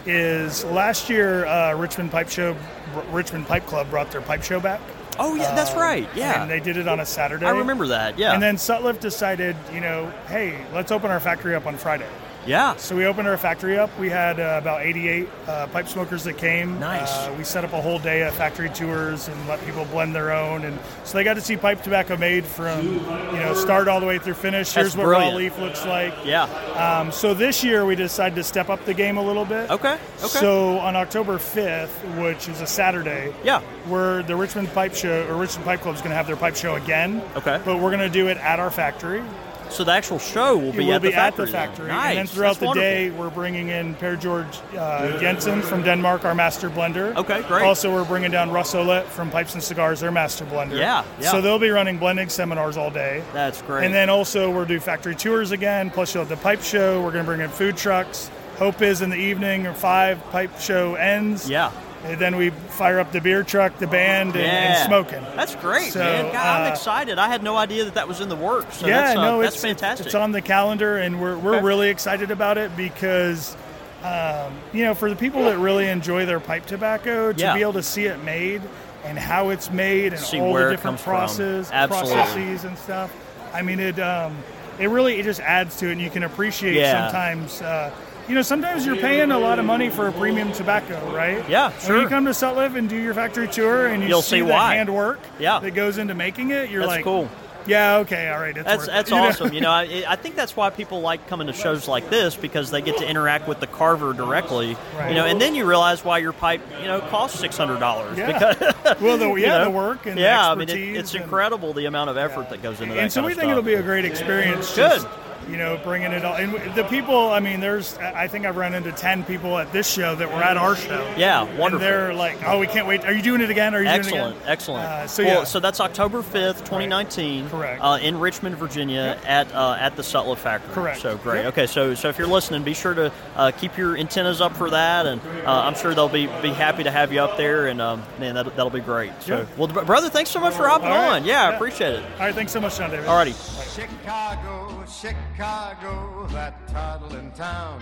Speaker 4: is last year uh, Richmond Pipe Show, R- Richmond Pipe Club brought their pipe show back.
Speaker 3: Oh yeah, that's right. Yeah.
Speaker 4: Uh, and they did it on a Saturday.
Speaker 3: I remember that. Yeah.
Speaker 4: And then Sutliff decided, you know, hey, let's open our factory up on Friday.
Speaker 3: yeah.
Speaker 4: So we opened our factory up. We had uh, about 88 uh, pipe smokers that came.
Speaker 3: Nice.
Speaker 4: Uh, we set up a whole day of factory tours and let people blend their own, and so they got to see pipe tobacco made from you know start all the way through finish. Here's what
Speaker 3: brilliant.
Speaker 4: raw leaf looks like.
Speaker 3: Yeah.
Speaker 4: Um, so this year we decided to step up the game a little bit.
Speaker 3: Okay. Okay.
Speaker 4: So on October 5th, which is a Saturday,
Speaker 3: Yeah.
Speaker 4: we're the Richmond Pipe Show or Richmond Pipe Club is going to have their pipe show again.
Speaker 3: Okay.
Speaker 4: But we're going to do it at our factory.
Speaker 3: So the actual show will
Speaker 4: It
Speaker 3: be,
Speaker 4: will
Speaker 3: at,
Speaker 4: be
Speaker 3: the
Speaker 4: at
Speaker 3: factory
Speaker 4: the
Speaker 3: then.
Speaker 4: factory,
Speaker 3: Nice.
Speaker 4: and then throughout
Speaker 3: That's
Speaker 4: the
Speaker 3: wonderful.
Speaker 4: day we're bringing in Per George uh, Jensen from Denmark, our master blender.
Speaker 3: Okay, great.
Speaker 4: Also, we're bringing down Russ Olette from Pipes and Cigars, their master blender.
Speaker 3: Yeah, yeah.
Speaker 4: So they'll be running blending seminars all day.
Speaker 3: That's great.
Speaker 4: And then also we'll do factory tours again. Plus you'll have the pipe show. We're gonna bring in food trucks. Hope is in the evening or five. Pipe show ends.
Speaker 3: Yeah.
Speaker 4: And then we fire up the beer truck, the band, and, and smoking.
Speaker 3: That's great,
Speaker 4: So,
Speaker 3: man. God, I'm
Speaker 4: uh,
Speaker 3: excited. I had no idea that that was in the works. So
Speaker 4: yeah,
Speaker 3: that's, uh,
Speaker 4: no,
Speaker 3: that's
Speaker 4: it's, it's-
Speaker 3: fantastic.
Speaker 4: It's on the calendar, and we're, we're
Speaker 3: Okay.
Speaker 4: really excited about it because, um, you know, for the people that really enjoy their pipe tobacco, to
Speaker 3: Yeah.
Speaker 4: be able to see it made and how it's made and
Speaker 3: See
Speaker 4: all
Speaker 3: where
Speaker 4: the
Speaker 3: it
Speaker 4: different
Speaker 3: comes from.
Speaker 4: processes,
Speaker 3: Absolutely.
Speaker 4: processes and stuff. I mean, it um, it really it just adds to it, and you can appreciate
Speaker 3: Yeah.
Speaker 4: sometimes. Uh, you know, sometimes you're paying a lot of money for a premium tobacco, right?
Speaker 3: Yeah,
Speaker 4: When you
Speaker 3: sure.
Speaker 4: come to Sutliff and do your factory tour, and you
Speaker 3: You'll
Speaker 4: see,
Speaker 3: see
Speaker 4: the
Speaker 3: why.
Speaker 4: handwork
Speaker 3: Yeah.
Speaker 4: that goes into making it, you're
Speaker 3: That's
Speaker 4: like,
Speaker 3: cool.
Speaker 4: yeah, okay, all right. It's
Speaker 3: That's
Speaker 4: worth it,"
Speaker 3: that's
Speaker 4: you know? (laughs)
Speaker 3: awesome. You know, I, I think that's why people like coming to shows like this because they get to interact with the carver directly.
Speaker 4: Right.
Speaker 3: You know, and then you realize why your pipe you know costs six hundred dollars.
Speaker 4: Yeah. (laughs) well, the,
Speaker 3: (laughs)
Speaker 4: yeah,
Speaker 3: you know,
Speaker 4: the work and the
Speaker 3: yeah, I mean, it,
Speaker 4: expertise
Speaker 3: it's
Speaker 4: and-
Speaker 3: incredible the amount of effort that goes into that.
Speaker 4: And so
Speaker 3: kind
Speaker 4: we
Speaker 3: of
Speaker 4: think
Speaker 3: stuff.
Speaker 4: it'll be a great experience.
Speaker 3: Good.
Speaker 4: just, you know, bringing it all. And w- the people, I mean, there's, I think I've run into 10 people at this show that were at our show.
Speaker 3: Yeah,
Speaker 4: And
Speaker 3: wonderful.
Speaker 4: they're like, oh, we can't wait. Are you doing it again? Are you doing
Speaker 3: Excellent,
Speaker 4: it again?
Speaker 3: excellent.
Speaker 4: Uh, so,
Speaker 3: Well,
Speaker 4: yeah.
Speaker 3: so that's October fifth, twenty nineteen,
Speaker 4: Correct.
Speaker 3: Uh, in Richmond, Virginia, at uh, at the Sutliff Factory.
Speaker 4: Correct.
Speaker 3: So great.
Speaker 4: Yep.
Speaker 3: Okay, so so if you're listening, be sure to uh, keep your antennas up for that, and uh, I'm sure they'll be be happy to have you up there, and um, man, that that'll be great. So,
Speaker 4: Yeah.
Speaker 3: well, br- brother, thanks so much for hopping
Speaker 4: All right.
Speaker 3: on. Yeah, I
Speaker 4: Yeah.
Speaker 3: appreciate it.
Speaker 4: All right, thanks so much, John David.
Speaker 3: Alrighty.
Speaker 2: Chicago, Chicago, that toddling town.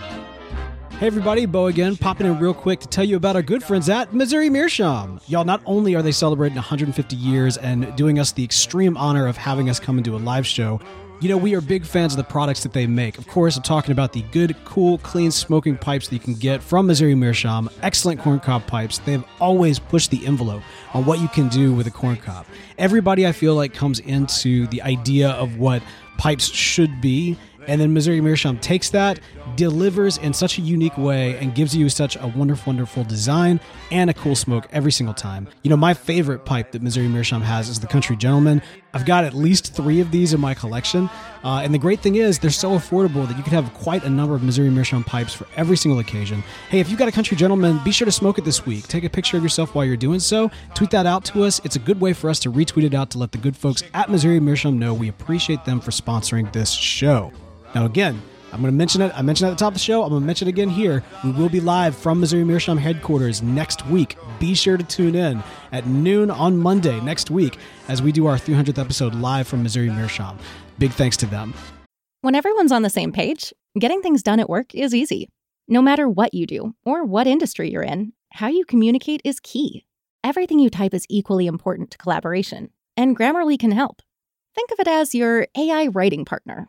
Speaker 1: Hey everybody, Bo again, popping in real quick to tell you about our good friends at Missouri Meerschaum. Y'all, not only are they celebrating 150 years and doing us the extreme honor of having us come and do a live show, you know, we are big fans of the products that they make. Of course, I'm talking about the good, cool, clean smoking pipes that you can get from Missouri Meerschaum, excellent corncob pipes. They've always pushed the envelope on what you can do with a corncob. Everybody, I feel like, comes into the idea of what pipes should be and then Missouri Meerschaum takes that, delivers in such a unique way, and gives you such a wonderful, wonderful design and a cool smoke every single time. You know, my favorite pipe that Missouri Meerschaum has is the Country Gentleman. I've got at least three of these in my collection. Uh, and the great thing is, they're so affordable that you can have quite a number of Missouri Meerschaum pipes for every single occasion. Hey, if you've got a Country Gentleman, be sure to smoke it this week. Take a picture of yourself while you're doing so. Tweet that out to us. It's a good way for us to retweet it out to let the good folks at Missouri Meerschaum know we appreciate them for sponsoring this show. Now, again, I'm going to mention it. I mentioned it at the top of the show. I'm going to mention it again here. We will be live from Missouri Meerschaum headquarters next week. Be sure to tune in at noon on Monday next week as we do our 300th episode live from Missouri Meerschaum. Big thanks to them.
Speaker 5: When everyone's on the same page, getting things done at work is easy. No matter what you do or what industry you're in, how you communicate is key. Everything you type is equally important to collaboration, and Grammarly can help. Think of it as your AI writing partner,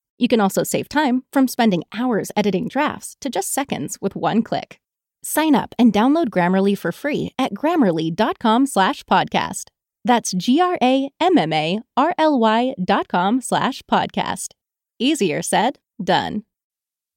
Speaker 5: You can also save time from spending hours editing drafts to just seconds with one click. Sign up and download Grammarly for free at grammarly.com slash podcast. That's G R A M M A R L Y dot com slash podcast. Easier said, done.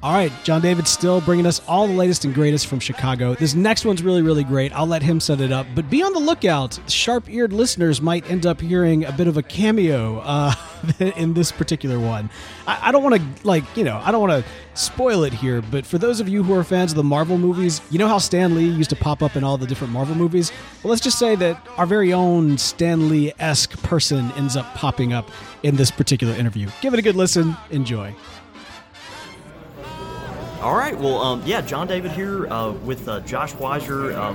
Speaker 1: All right, John David still bringing us all the latest and greatest from Chicago. This next one's really, really great. I'll let him set it up, but be on the lookout. Sharp eared listeners might end up hearing a bit of a cameo uh, (laughs) in this particular one. I, I don't want to, like, you know, I don't want to spoil it here, but for those of you who are fans of the Marvel movies, you know how Stan Lee used to pop up in all the different Marvel movies? Well, let's just say that our very own Stan Lee esque person ends up popping up in this particular interview. Give it a good listen. Enjoy.
Speaker 3: All right. Well, um, yeah, John David here uh, with uh, Josh Weiser um,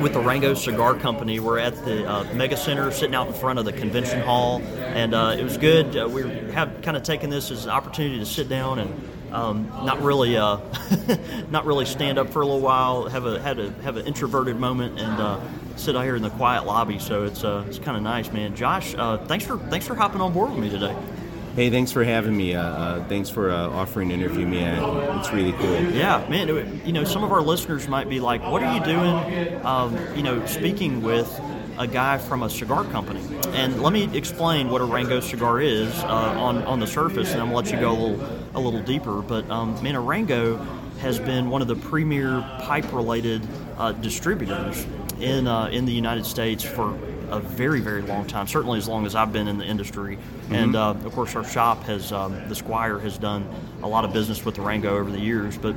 Speaker 3: with the Rango Cigar Company. We're at the uh, Mega Center, sitting out in front of the convention hall, and uh, it was good. Uh, we have kind of taken this as an opportunity to sit down and um, not really, uh, (laughs) not really stand up for a little while. Have a had a have an introverted moment and uh, sit out here in the quiet lobby. So it's uh, it's kind of nice, man. Josh, uh, thanks for thanks for hopping on board with me today.
Speaker 6: Hey, thanks for having me. Uh, uh, thanks for uh, offering to interview me. I, it's really cool.
Speaker 3: Yeah, man. it- You know, some of our listeners might be like, "What are you doing?" Um, you know, speaking with a guy from a cigar company. And let me explain what a Rango cigar is uh, on on the surface, and I'm gonna let you go a little a little deeper. But um, man, a Rango has been one of the premier pipe related uh, distributors in uh, in the United States for a very very long time. Certainly as long as I've been in the industry, and uh, of course our shop has um, the Squire has done a lot of business with the Rango over the years, but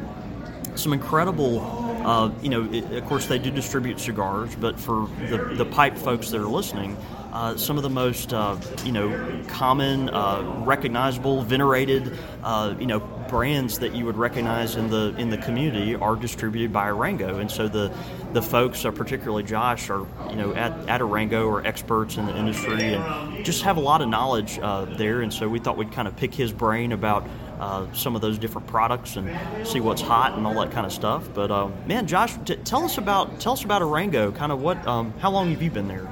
Speaker 3: some incredible. Uh, you know, it, of course, they do distribute cigars, but for the, the pipe folks that are listening, uh, some of the most uh, you know common, uh, recognizable, venerated, uh, you know brands that you would recognize in the in the community are distributed by Arango, and so the the folks, uh, particularly Josh, are you know at, at Arango are experts in the industry and just have a lot of knowledge uh, there, and so we thought we'd kind of pick his brain about uh, some of those different products and see what's hot and all that kind of stuff. But um, man, Josh, t- tell us about tell us about Arango. Kind of what? Um, how long have you been there?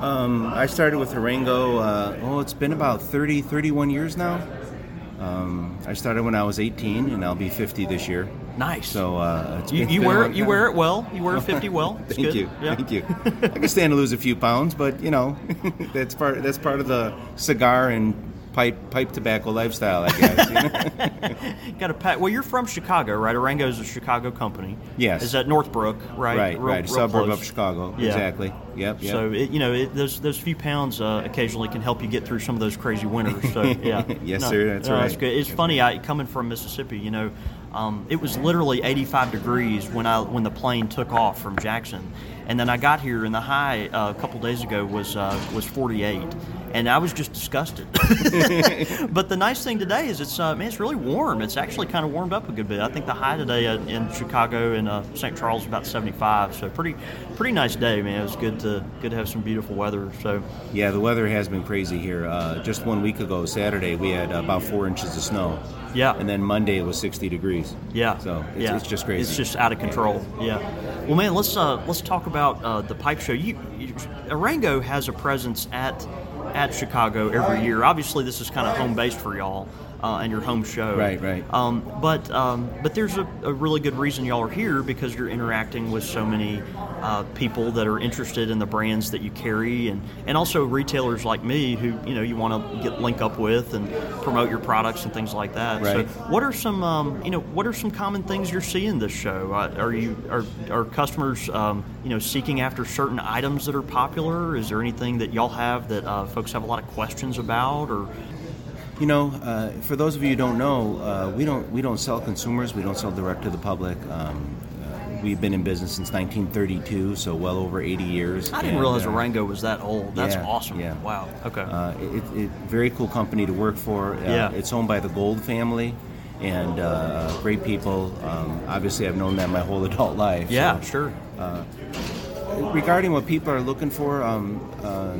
Speaker 6: Um, I started with Arango, uh, oh, it's been about 30, 31 years now. Um, I started when I was 18, and I'll be 50 this year.
Speaker 3: Nice.
Speaker 6: So uh, it's
Speaker 3: you,
Speaker 6: been,
Speaker 3: you
Speaker 6: been a
Speaker 3: wear
Speaker 6: long
Speaker 3: you
Speaker 6: time.
Speaker 3: wear it well.
Speaker 6: (laughs)
Speaker 3: You wear fifty well. It's
Speaker 6: Thank
Speaker 3: good.
Speaker 6: you,
Speaker 3: Yeah.
Speaker 6: thank
Speaker 3: (laughs)
Speaker 6: you. I can stand to lose a few pounds, but you know, (laughs) that's part that's part of the cigar and pipe pipe tobacco lifestyle, I guess. you know?
Speaker 3: Got a pat. Well, you're from Chicago, right? Arango is a Chicago company.
Speaker 6: Yes.
Speaker 3: Is that Northbrook, right?
Speaker 6: right,
Speaker 3: Real-
Speaker 6: right, a
Speaker 3: real
Speaker 6: suburb
Speaker 3: close.
Speaker 6: of Chicago,
Speaker 3: Yeah.
Speaker 6: exactly. Yep, yep.
Speaker 3: So it, you know it, those those few pounds uh, occasionally can help you get through some of those crazy winters.
Speaker 6: (laughs)
Speaker 3: So yeah,
Speaker 6: Yes, sir, that's
Speaker 3: It's
Speaker 6: right.
Speaker 3: good. It's funny. I coming from Mississippi, you know, um, it was literally 85 degrees when I when the plane took off from Jackson, and then I got here and the high uh, a couple days ago was uh, was 48, and I was just disgusted. (laughs) but the nice thing today is it's uh, man, it's really warm. It's actually kind of warmed up a good bit. I think the high today uh, in Chicago and uh, St. Charles is about 75. So pretty pretty nice day, man. It was good to good to have some beautiful weather. So
Speaker 6: Yeah, the weather has been crazy here. Uh, just one week ago, Saturday, we had about four inches of snow.
Speaker 3: Yeah.
Speaker 6: And then Monday, it was 60 degrees.
Speaker 3: yeah,
Speaker 6: So it's,
Speaker 3: yeah.
Speaker 6: it's just crazy.
Speaker 3: It's just out of control. Yeah. Well, man, let's uh, let's talk about uh, the pipe show. You, you Arango has a presence at at Chicago every year. Obviously, this is kind of home based for y'all uh, and your home show.
Speaker 6: Right, right.
Speaker 3: Um, but um, but there's a, a really good reason y'all are here because you're interacting with so many uh, people that are interested in the brands that you carry, and, and also retailers like me who you know you want to get link up with and promote your products and things like that.
Speaker 6: Right.
Speaker 3: So what are some um, you know what are some common things you're seeing this show? Uh, are you are, are customers um, you know seeking after certain items that are popular? Is there anything that y'all have that uh, folks have a lot of questions about or
Speaker 6: You know, uh, for those of you who don't know, uh, we don't we don't sell consumers. We don't sell direct to the public. Um, uh, we've been in business since 1932, so well over 80 years.
Speaker 3: I didn't
Speaker 6: And,
Speaker 3: realize
Speaker 6: uh,
Speaker 3: Arango was that old. That's
Speaker 6: yeah,
Speaker 3: awesome.
Speaker 6: yeah.
Speaker 3: Wow. Okay.
Speaker 6: Uh, it, it, very cool company to work for. Uh,
Speaker 3: Yeah.
Speaker 6: It's owned by the Gold family, and uh, great people. Um, obviously, I've known them my whole adult life. so-
Speaker 3: yeah, sure.
Speaker 6: regarding what people are looking for, um, uh,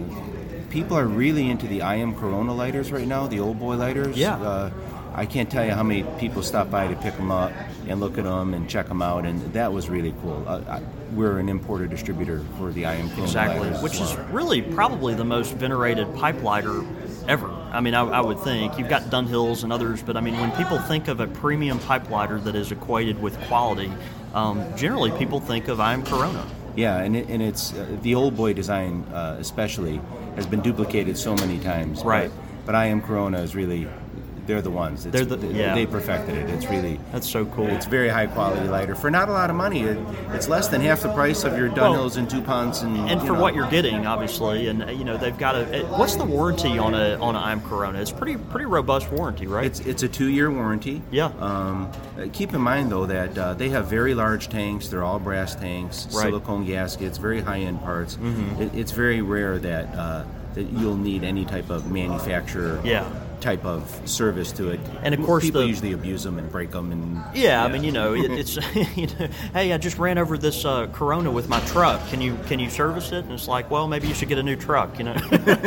Speaker 6: people are really into the I am Corona lighters right now, the old boy lighters.
Speaker 3: Yeah.
Speaker 6: Uh, I can't tell you how many people stop by to pick them up and look at them and check them out, and that was really cool. Uh, I, we're an importer distributor for the I am Corona
Speaker 3: Exactly.
Speaker 6: lighters as
Speaker 3: Which is
Speaker 6: well.
Speaker 3: really probably the most venerated pipe lighter ever. I mean, I, I would think you've got Dunhills and others, but I mean, when people think of a premium pipelighter that is equated with quality, um, generally people think of I'm Corona.
Speaker 6: Yeah, and, it, and it's uh, the old boy design, uh, especially, has been duplicated so many times.
Speaker 3: Right.
Speaker 6: But, but I am Corona is really, they're the ones. It's,
Speaker 3: They're the-
Speaker 6: they-
Speaker 3: yeah.
Speaker 6: They perfected it. It's really.
Speaker 3: That's so cool.
Speaker 6: It's very high quality lighter for not a lot of money. It, it's less than half the price of your
Speaker 3: Oh.
Speaker 6: Dunhills and Dupons and.
Speaker 3: and
Speaker 6: you
Speaker 3: for
Speaker 6: know.
Speaker 3: what you're getting, obviously, and uh, you know they've got a. it- What's the warranty on a on a I'm Corona? It's pretty pretty robust warranty, right?
Speaker 6: It's it's a two year warranty.
Speaker 3: Yeah.
Speaker 6: Um, uh, keep in mind though that uh, they have very large tanks. They're all brass tanks,
Speaker 3: Right.
Speaker 6: silicone gaskets, very high end parts. It, it's very rare that uh, that you'll need any type of manufacturer.
Speaker 3: Yeah.
Speaker 6: Type of service to it,
Speaker 3: And of course
Speaker 6: people
Speaker 3: the-
Speaker 6: usually abuse them and break them, and
Speaker 3: yeah, I mean, you know, it, it's (laughs) you know, hey, I just ran over this uh, Corona with my truck. Can you can you service it? And it's like, well, maybe you should get a new truck.
Speaker 6: (laughs)
Speaker 3: You know,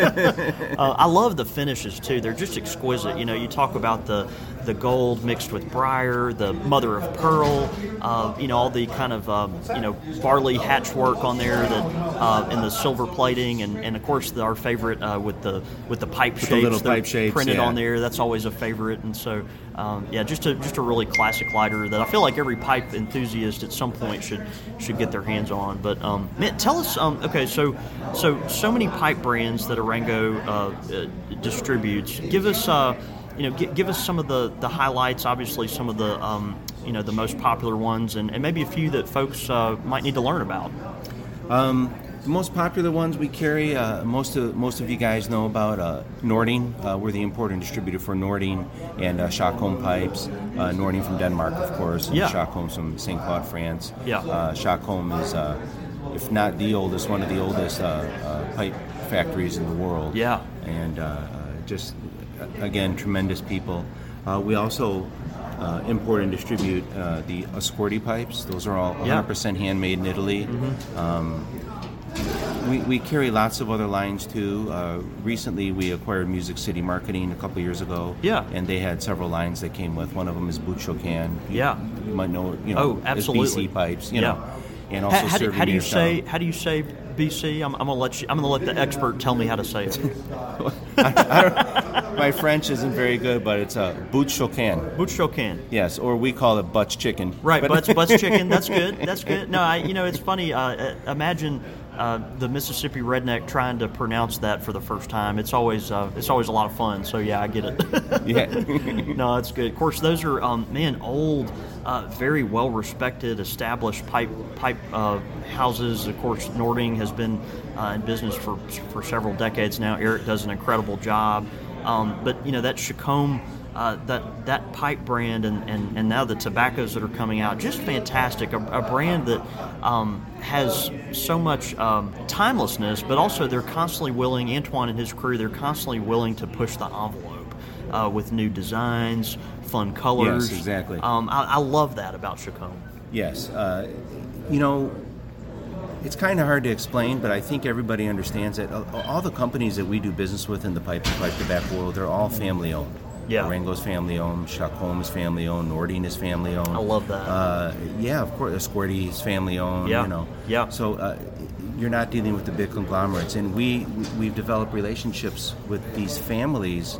Speaker 3: uh, I love the finishes too. They're just exquisite. You know, you talk about the the gold mixed with briar, the mother of pearl. Uh, you know, all the kind of um, you know barley hatch work on there that uh, and the silver plating, and, and of course the, our favorite uh, with the with the pipe
Speaker 6: the
Speaker 3: shapes,
Speaker 6: little
Speaker 3: they're
Speaker 6: pipe shapes,
Speaker 3: printed
Speaker 6: yeah.
Speaker 3: on there. That's always a favorite, and so um, yeah, just a just a really classic lighter that I feel like every pipe enthusiast at some point should should get their hands on. But um, Mitt, tell us, um, okay, so so so many pipe brands that Arango uh, uh, distributes. Give us. Uh, you know, give, give us some of the, the highlights. Obviously, some of the um, you know the most popular ones, and, and maybe a few that folks uh, might need to learn about.
Speaker 6: The most popular ones we carry, uh, most of most of you guys know about uh, Nording. Uh, we're the importer and distributor for Nording and uh, Stockholm pipes. Uh, Nording from Denmark, of course, and
Speaker 3: Yeah.
Speaker 6: Stockholm from Saint Cloud, France.
Speaker 3: Yeah.
Speaker 6: Uh, Stockholm is, uh, if not the oldest, one of the oldest uh, uh, pipe factories in the world.
Speaker 3: Yeah.
Speaker 6: And uh, uh, just uh, again, tremendous people. Uh, we also. Uh, import and distribute uh, the Ascorti pipes. Those are all
Speaker 3: Yeah. Mm-hmm.
Speaker 6: 100% handmade in Italy. Um, We, we carry lots of other lines too. Uh, recently, we acquired Music City Marketing a couple years ago.
Speaker 3: Yeah.
Speaker 6: and they had several lines that came with. One of them is Buchokan. You,
Speaker 3: Yeah.
Speaker 6: you might know. You
Speaker 3: Oh,
Speaker 6: know, as
Speaker 3: absolutely.
Speaker 6: BC pipes. You
Speaker 3: Yeah.
Speaker 6: know, and
Speaker 3: How-
Speaker 6: also
Speaker 3: how, do,
Speaker 6: serving
Speaker 3: how do you
Speaker 6: Navetown.
Speaker 3: say how do you say BC? I'm, I'm gonna let you, I'm gonna let the expert tell me how to
Speaker 6: (laughs)
Speaker 3: say it.
Speaker 6: My French isn't very good, but it's a uh, Buchokan.
Speaker 3: Butchokan.
Speaker 6: Yes, or we call it Butch Chicken.
Speaker 3: Right,
Speaker 6: But- (laughs)
Speaker 3: butts, butts, chicken. That's good. That's good. No, I, you know, it's funny. Uh, uh, imagine uh, the Mississippi redneck trying to pronounce that for the first time. It's always, uh, it's always a lot of fun. So yeah, I get it. (laughs)
Speaker 6: yeah.
Speaker 3: no, that's good. Of course, those are um, man old, uh, very well respected, established pipe pipe uh, houses. Of course, Nording has been uh, in business for for several decades now. Eric does an incredible job, um, but you know that Chacombe. Uh, that that pipe brand and, and, and now the tobaccos that are coming out just fantastic a, a brand that um, has so much um, timelessness but also they're constantly willing Antoine and his crew they're constantly willing to push the envelope uh, with new designs, fun colors.
Speaker 6: Yes, exactly.
Speaker 3: Um, I, I love that about Chacon.
Speaker 6: Yes. Uh, you know, it's kind of hard to explain, but I think everybody understands that all- all the companies that we do business with in the pipe and pipe tobacco world, they're all family owned.
Speaker 3: Yeah.
Speaker 6: Rango's family owned, Stockholm is family owned, Nordine is family owned.
Speaker 3: I love that.
Speaker 6: Uh, yeah, of course, Escorti is family owned.
Speaker 3: Yeah.
Speaker 6: You know.
Speaker 3: Yeah.
Speaker 6: So uh, you're not dealing with the big conglomerates, and we we've developed relationships with these families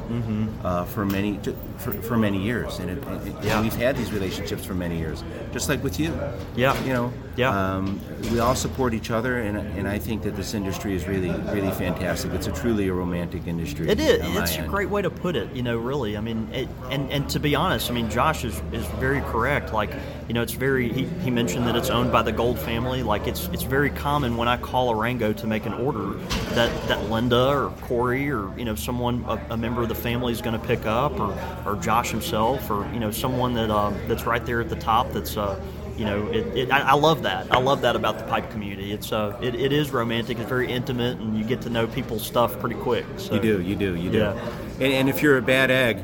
Speaker 6: uh, for many for, for many years, and, it, it-
Speaker 3: Mm-hmm. Yeah.
Speaker 6: and we've had these relationships for many years, just like with you.
Speaker 3: Yeah.
Speaker 6: You know.
Speaker 3: Yeah.
Speaker 6: Um, we all support each other, and and I think that this industry is really really fantastic. It's a truly a romantic industry.
Speaker 3: It is.
Speaker 6: on my
Speaker 3: It's a
Speaker 6: end.
Speaker 3: great way to put it. You know, really. I mean, it, and and to be honest, I mean, Josh is, is very correct. Like, you know, it's very. He, he mentioned that it's owned by the Gold family. Like, it's it's very common when I call Arango to make an order that that Linda or Corey or you know someone a, a member of the family is going to pick up or or Josh himself or you know someone that um, that's right there at the top that's. Uh, you know, it, it, I, I love that. I love that about the pipe community. It's uh, it, it is romantic. It's very intimate, and you get to know people's stuff pretty quick. So.
Speaker 6: You do. You do. You do.
Speaker 3: Yeah.
Speaker 6: And, and if you're a bad egg.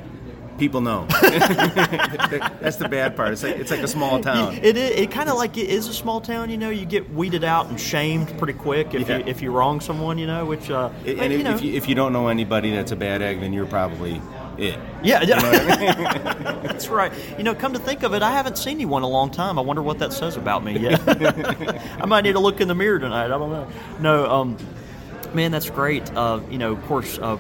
Speaker 6: People know. That's the bad part. It's like it's like a small town.
Speaker 3: It, it, it kind of like it is a small town, you know. You get weeded out and shamed pretty quick if
Speaker 6: Yeah.
Speaker 3: you if you wrong someone, you know. Which uh,
Speaker 6: And if,
Speaker 3: but, you know,
Speaker 6: if, you, if you don't know anybody that's a bad egg, then you're probably it.
Speaker 3: yeah,
Speaker 6: You know what I mean?
Speaker 3: that's right. You know, come to think of it, I haven't seen anyone in a long time. I wonder what that (laughs) says about me. Yeah, I might need to look in the mirror tonight. I don't know. No, um, Man, that's great. Uh, you know, of course, uh, uh,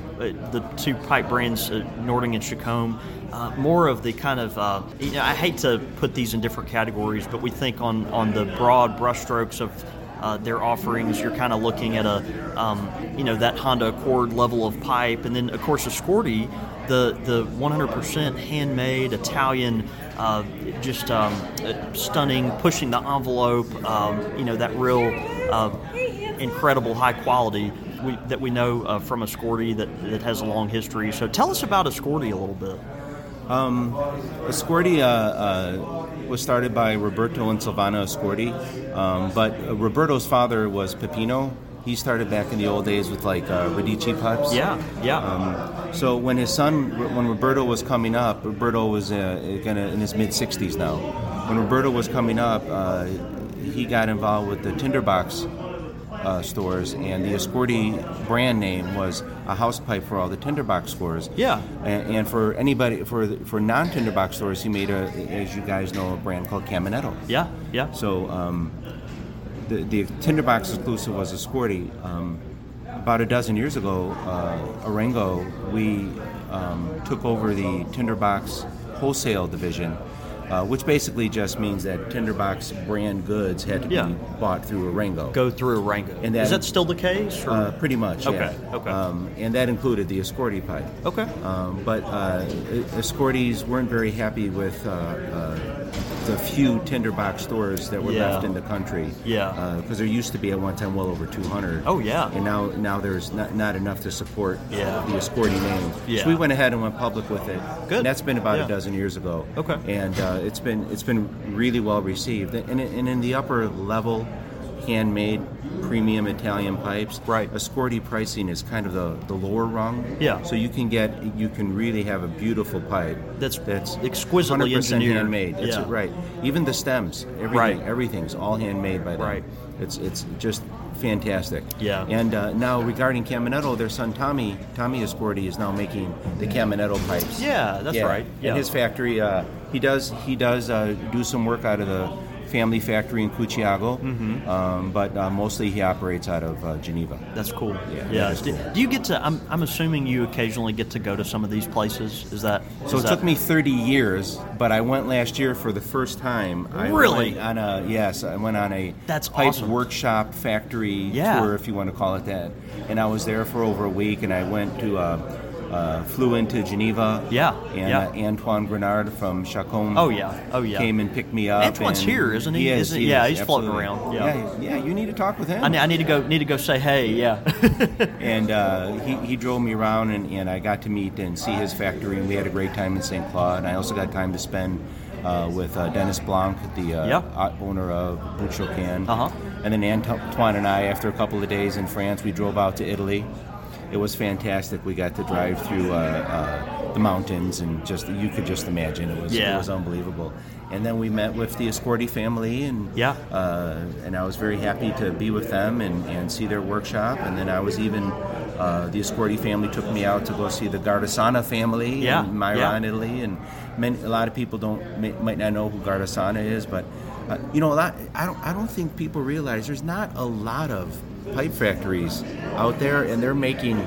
Speaker 3: the two pipe brands, uh, Nording and Chacombe, uh, more of the kind of, uh, you know, I hate to put these in different categories, but we think on, on the broad brushstrokes of uh, their offerings, you're kind of looking at a, um, you know, that Honda Accord level of pipe. And then, of course, the Scorti, the, the 100% handmade Italian, uh, just um, uh, stunning, pushing the envelope, um, you know, that real uh, incredible high quality we, that we know uh, from Ascorti that, that has a long history. So tell us about Ascorti a little bit.
Speaker 6: Ascorti uh, uh, was started by Roberto and Silvana Ascorti, um, but uh, Roberto's father was Pepino. He started back in the old days with like uh, Radici pipes.
Speaker 3: Yeah, yeah.
Speaker 6: Um, So when his son, when Roberto was coming up, Roberto was uh, kind of in his mid 60s now. When Roberto was coming up, uh, he got involved with the Tinderbox uh, stores, and the Escorti brand name was a house pipe for all the Tinderbox stores.
Speaker 3: Yeah.
Speaker 6: And, and for anybody, for the- for non Tinderbox stores, he made a, as you guys know, a brand called Caminetto.
Speaker 3: yeah, yeah.
Speaker 6: So um, the, the Tinderbox exclusive was a Squirty. Um, about a dozen years ago, uh, Arango, we um, took over the Tinderbox wholesale division, uh, which basically just means that Tinderbox brand goods had to
Speaker 3: Yeah.
Speaker 6: be bought through Arango.
Speaker 3: Go through Rango.
Speaker 6: And
Speaker 3: Is
Speaker 6: that-
Speaker 3: that still the case? Or?
Speaker 6: Uh, pretty much,
Speaker 3: Okay,
Speaker 6: yeah.
Speaker 3: okay.
Speaker 6: Um, and that included the Escorti pipe.
Speaker 3: okay.
Speaker 6: Um, but uh, escortees weren't very happy with uh, uh, the few tinderbox stores that were
Speaker 3: Yeah.
Speaker 6: left in the uh, country.
Speaker 3: Yeah.
Speaker 6: Because there used to be at one time well over 200.
Speaker 3: Oh, yeah.
Speaker 6: And now now there's not, not enough to support
Speaker 3: Yeah.
Speaker 6: the escortee name.
Speaker 3: Yeah.
Speaker 6: So we went ahead and went public with it.
Speaker 3: Good.
Speaker 6: And that's been about
Speaker 3: Yeah.
Speaker 6: a dozen years ago.
Speaker 3: Okay.
Speaker 6: And uh, it's been it's been really well received. And, and in the upper level, handmade premium Italian pipes.
Speaker 3: Right.
Speaker 6: Escortee pricing is kind of the, the lower rung.
Speaker 3: Yeah.
Speaker 6: So you can get, you can really have a beautiful pipe.
Speaker 3: That's exquisitely
Speaker 6: 100%
Speaker 3: engineered.
Speaker 6: handmade. That's
Speaker 3: Yeah.
Speaker 6: it, right. Even the stems, everything,
Speaker 3: Right.
Speaker 6: everything's all handmade by them.
Speaker 3: Right.
Speaker 6: It's it's just fantastic.
Speaker 3: Yeah.
Speaker 6: And uh, now regarding Caminetto, their son Tommy Tommy Escorti is now making the Caminetto pipes.
Speaker 3: Yeah, that's right. Yeah.
Speaker 6: And his factory, uh, he does he does uh, do some work out of the family factory in Cuciago,
Speaker 3: Mm-hmm.
Speaker 6: um, but uh, mostly he operates out of uh, Geneva.
Speaker 3: that's cool.
Speaker 6: Yeah, that is
Speaker 3: Do,
Speaker 6: cool.
Speaker 3: do you get to? I'm, I'm assuming you occasionally get to go to some of these places. Is that?
Speaker 6: So
Speaker 3: is
Speaker 6: it
Speaker 3: that-
Speaker 6: took me 30 years, but I went last year for the first time. I
Speaker 3: Really?
Speaker 6: went on a yes, I went on a
Speaker 3: That's
Speaker 6: pipe
Speaker 3: awesome.
Speaker 6: workshop factory
Speaker 3: Yeah.
Speaker 6: tour, if you want to call it that. And I was there for over a week, and I went to. Uh, uh, flew into Geneva.
Speaker 3: Yeah,
Speaker 6: and
Speaker 3: yeah.
Speaker 6: Uh, Antoine Grenard from Chacon.
Speaker 3: Oh, yeah, oh, yeah.
Speaker 6: Came and picked me up.
Speaker 3: Antoine's
Speaker 6: and-
Speaker 3: here, isn't he?
Speaker 6: is,
Speaker 3: Isn't-
Speaker 6: he
Speaker 3: yeah,
Speaker 6: is,
Speaker 3: he's floating
Speaker 6: absolutely.
Speaker 3: around, yeah.
Speaker 6: yeah, yeah, You need to talk with him
Speaker 3: I need, I need to go. Need to go say hey. Yeah. (laughs)
Speaker 6: and uh, he, he drove me around and, and I got to meet and see his factory and we had a great time in St. Cloud and I also got time to spend uh, with uh, Dennis Blanc, the uh,
Speaker 3: Yeah.
Speaker 6: o- owner of Buchocan.
Speaker 3: Uh-huh.
Speaker 6: And then Antoine and I, after a couple of days in France, we drove out to Italy. It was fantastic. We got to drive through uh, uh, the mountains and just you could just imagine it was
Speaker 3: Yeah.
Speaker 6: it was unbelievable. And then we met with the Escorti family and
Speaker 3: Yeah.
Speaker 6: uh, and I was very happy to be with them and, and see their workshop. And then I was even, uh, the Escorti family took me out to go see the Gardasana family
Speaker 3: Yeah,
Speaker 6: in Myron,
Speaker 3: yeah.
Speaker 6: Italy. And many, a lot of people don't may, might not know who Gardasana is, but uh, you know, a lot. I don't. I don't think people realize there's not a lot of pipe factories out there, and they're making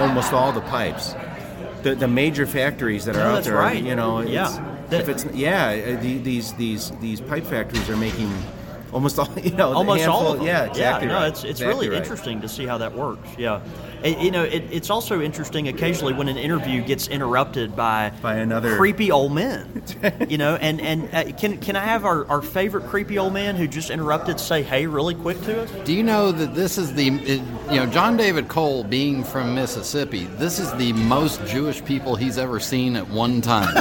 Speaker 6: almost all the pipes. The, the major factories that are
Speaker 3: No,
Speaker 6: out
Speaker 3: that's
Speaker 6: there,
Speaker 3: right.
Speaker 6: you know,
Speaker 3: Yeah.
Speaker 6: it's-
Speaker 3: That-
Speaker 6: if it's yeah, uh, the, these these these pipe factories are making almost all (laughs) you know the
Speaker 3: almost all
Speaker 6: handful-
Speaker 3: of them.
Speaker 6: Yeah, exactly.
Speaker 3: no,
Speaker 6: right,
Speaker 3: it's it's
Speaker 6: exactly
Speaker 3: really
Speaker 6: right.
Speaker 3: interesting to see how that works. Yeah, And, you know, it, it's also interesting occasionally when an interview gets interrupted by
Speaker 6: By another-
Speaker 3: creepy old
Speaker 6: (laughs)
Speaker 3: man. you know, and and uh, can can I have our, our favorite creepy old man who just interrupted say hey really quick to us?
Speaker 7: Do you know that this is the, it- you know, John David Cole being from Mississippi, this is the most Jewish people he's ever seen at one time.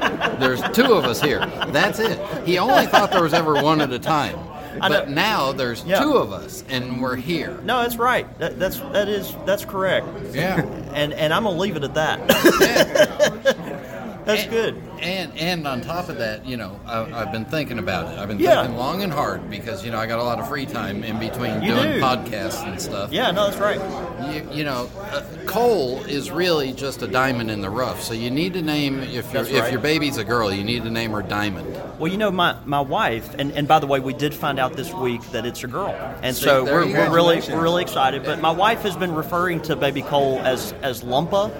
Speaker 7: (laughs) There's two of us here. That's it. He only thought there was ever one at a time.
Speaker 3: I know.
Speaker 7: But now there's
Speaker 3: Yeah.
Speaker 7: two of us, and we're here.
Speaker 3: No, that's right. That, that's that is that's correct.
Speaker 7: Yeah.
Speaker 6: (laughs)
Speaker 3: And and I'm gonna leave it at that. (laughs) that's good.
Speaker 6: and and on top of that, you know, I, I've been thinking about it. I've been
Speaker 3: Yeah.
Speaker 6: thinking long and hard because you know I got a lot of free time in between
Speaker 3: You
Speaker 6: doing
Speaker 3: do.
Speaker 6: podcasts and stuff.
Speaker 3: Yeah, no, that's right.
Speaker 6: You, you know, uh, coal is really just a diamond in the rough. So you need to name if your
Speaker 3: That's
Speaker 6: if
Speaker 3: right.
Speaker 6: your baby's a girl, you need to name her Diamond.
Speaker 3: Well, you know, my, my wife, and, and by the way, we did find out this week that it's a girl, and so
Speaker 6: there
Speaker 3: we're,
Speaker 6: you
Speaker 3: we're
Speaker 6: go.
Speaker 3: really we're really excited. But my wife has been referring to baby Cole as as Lumpa,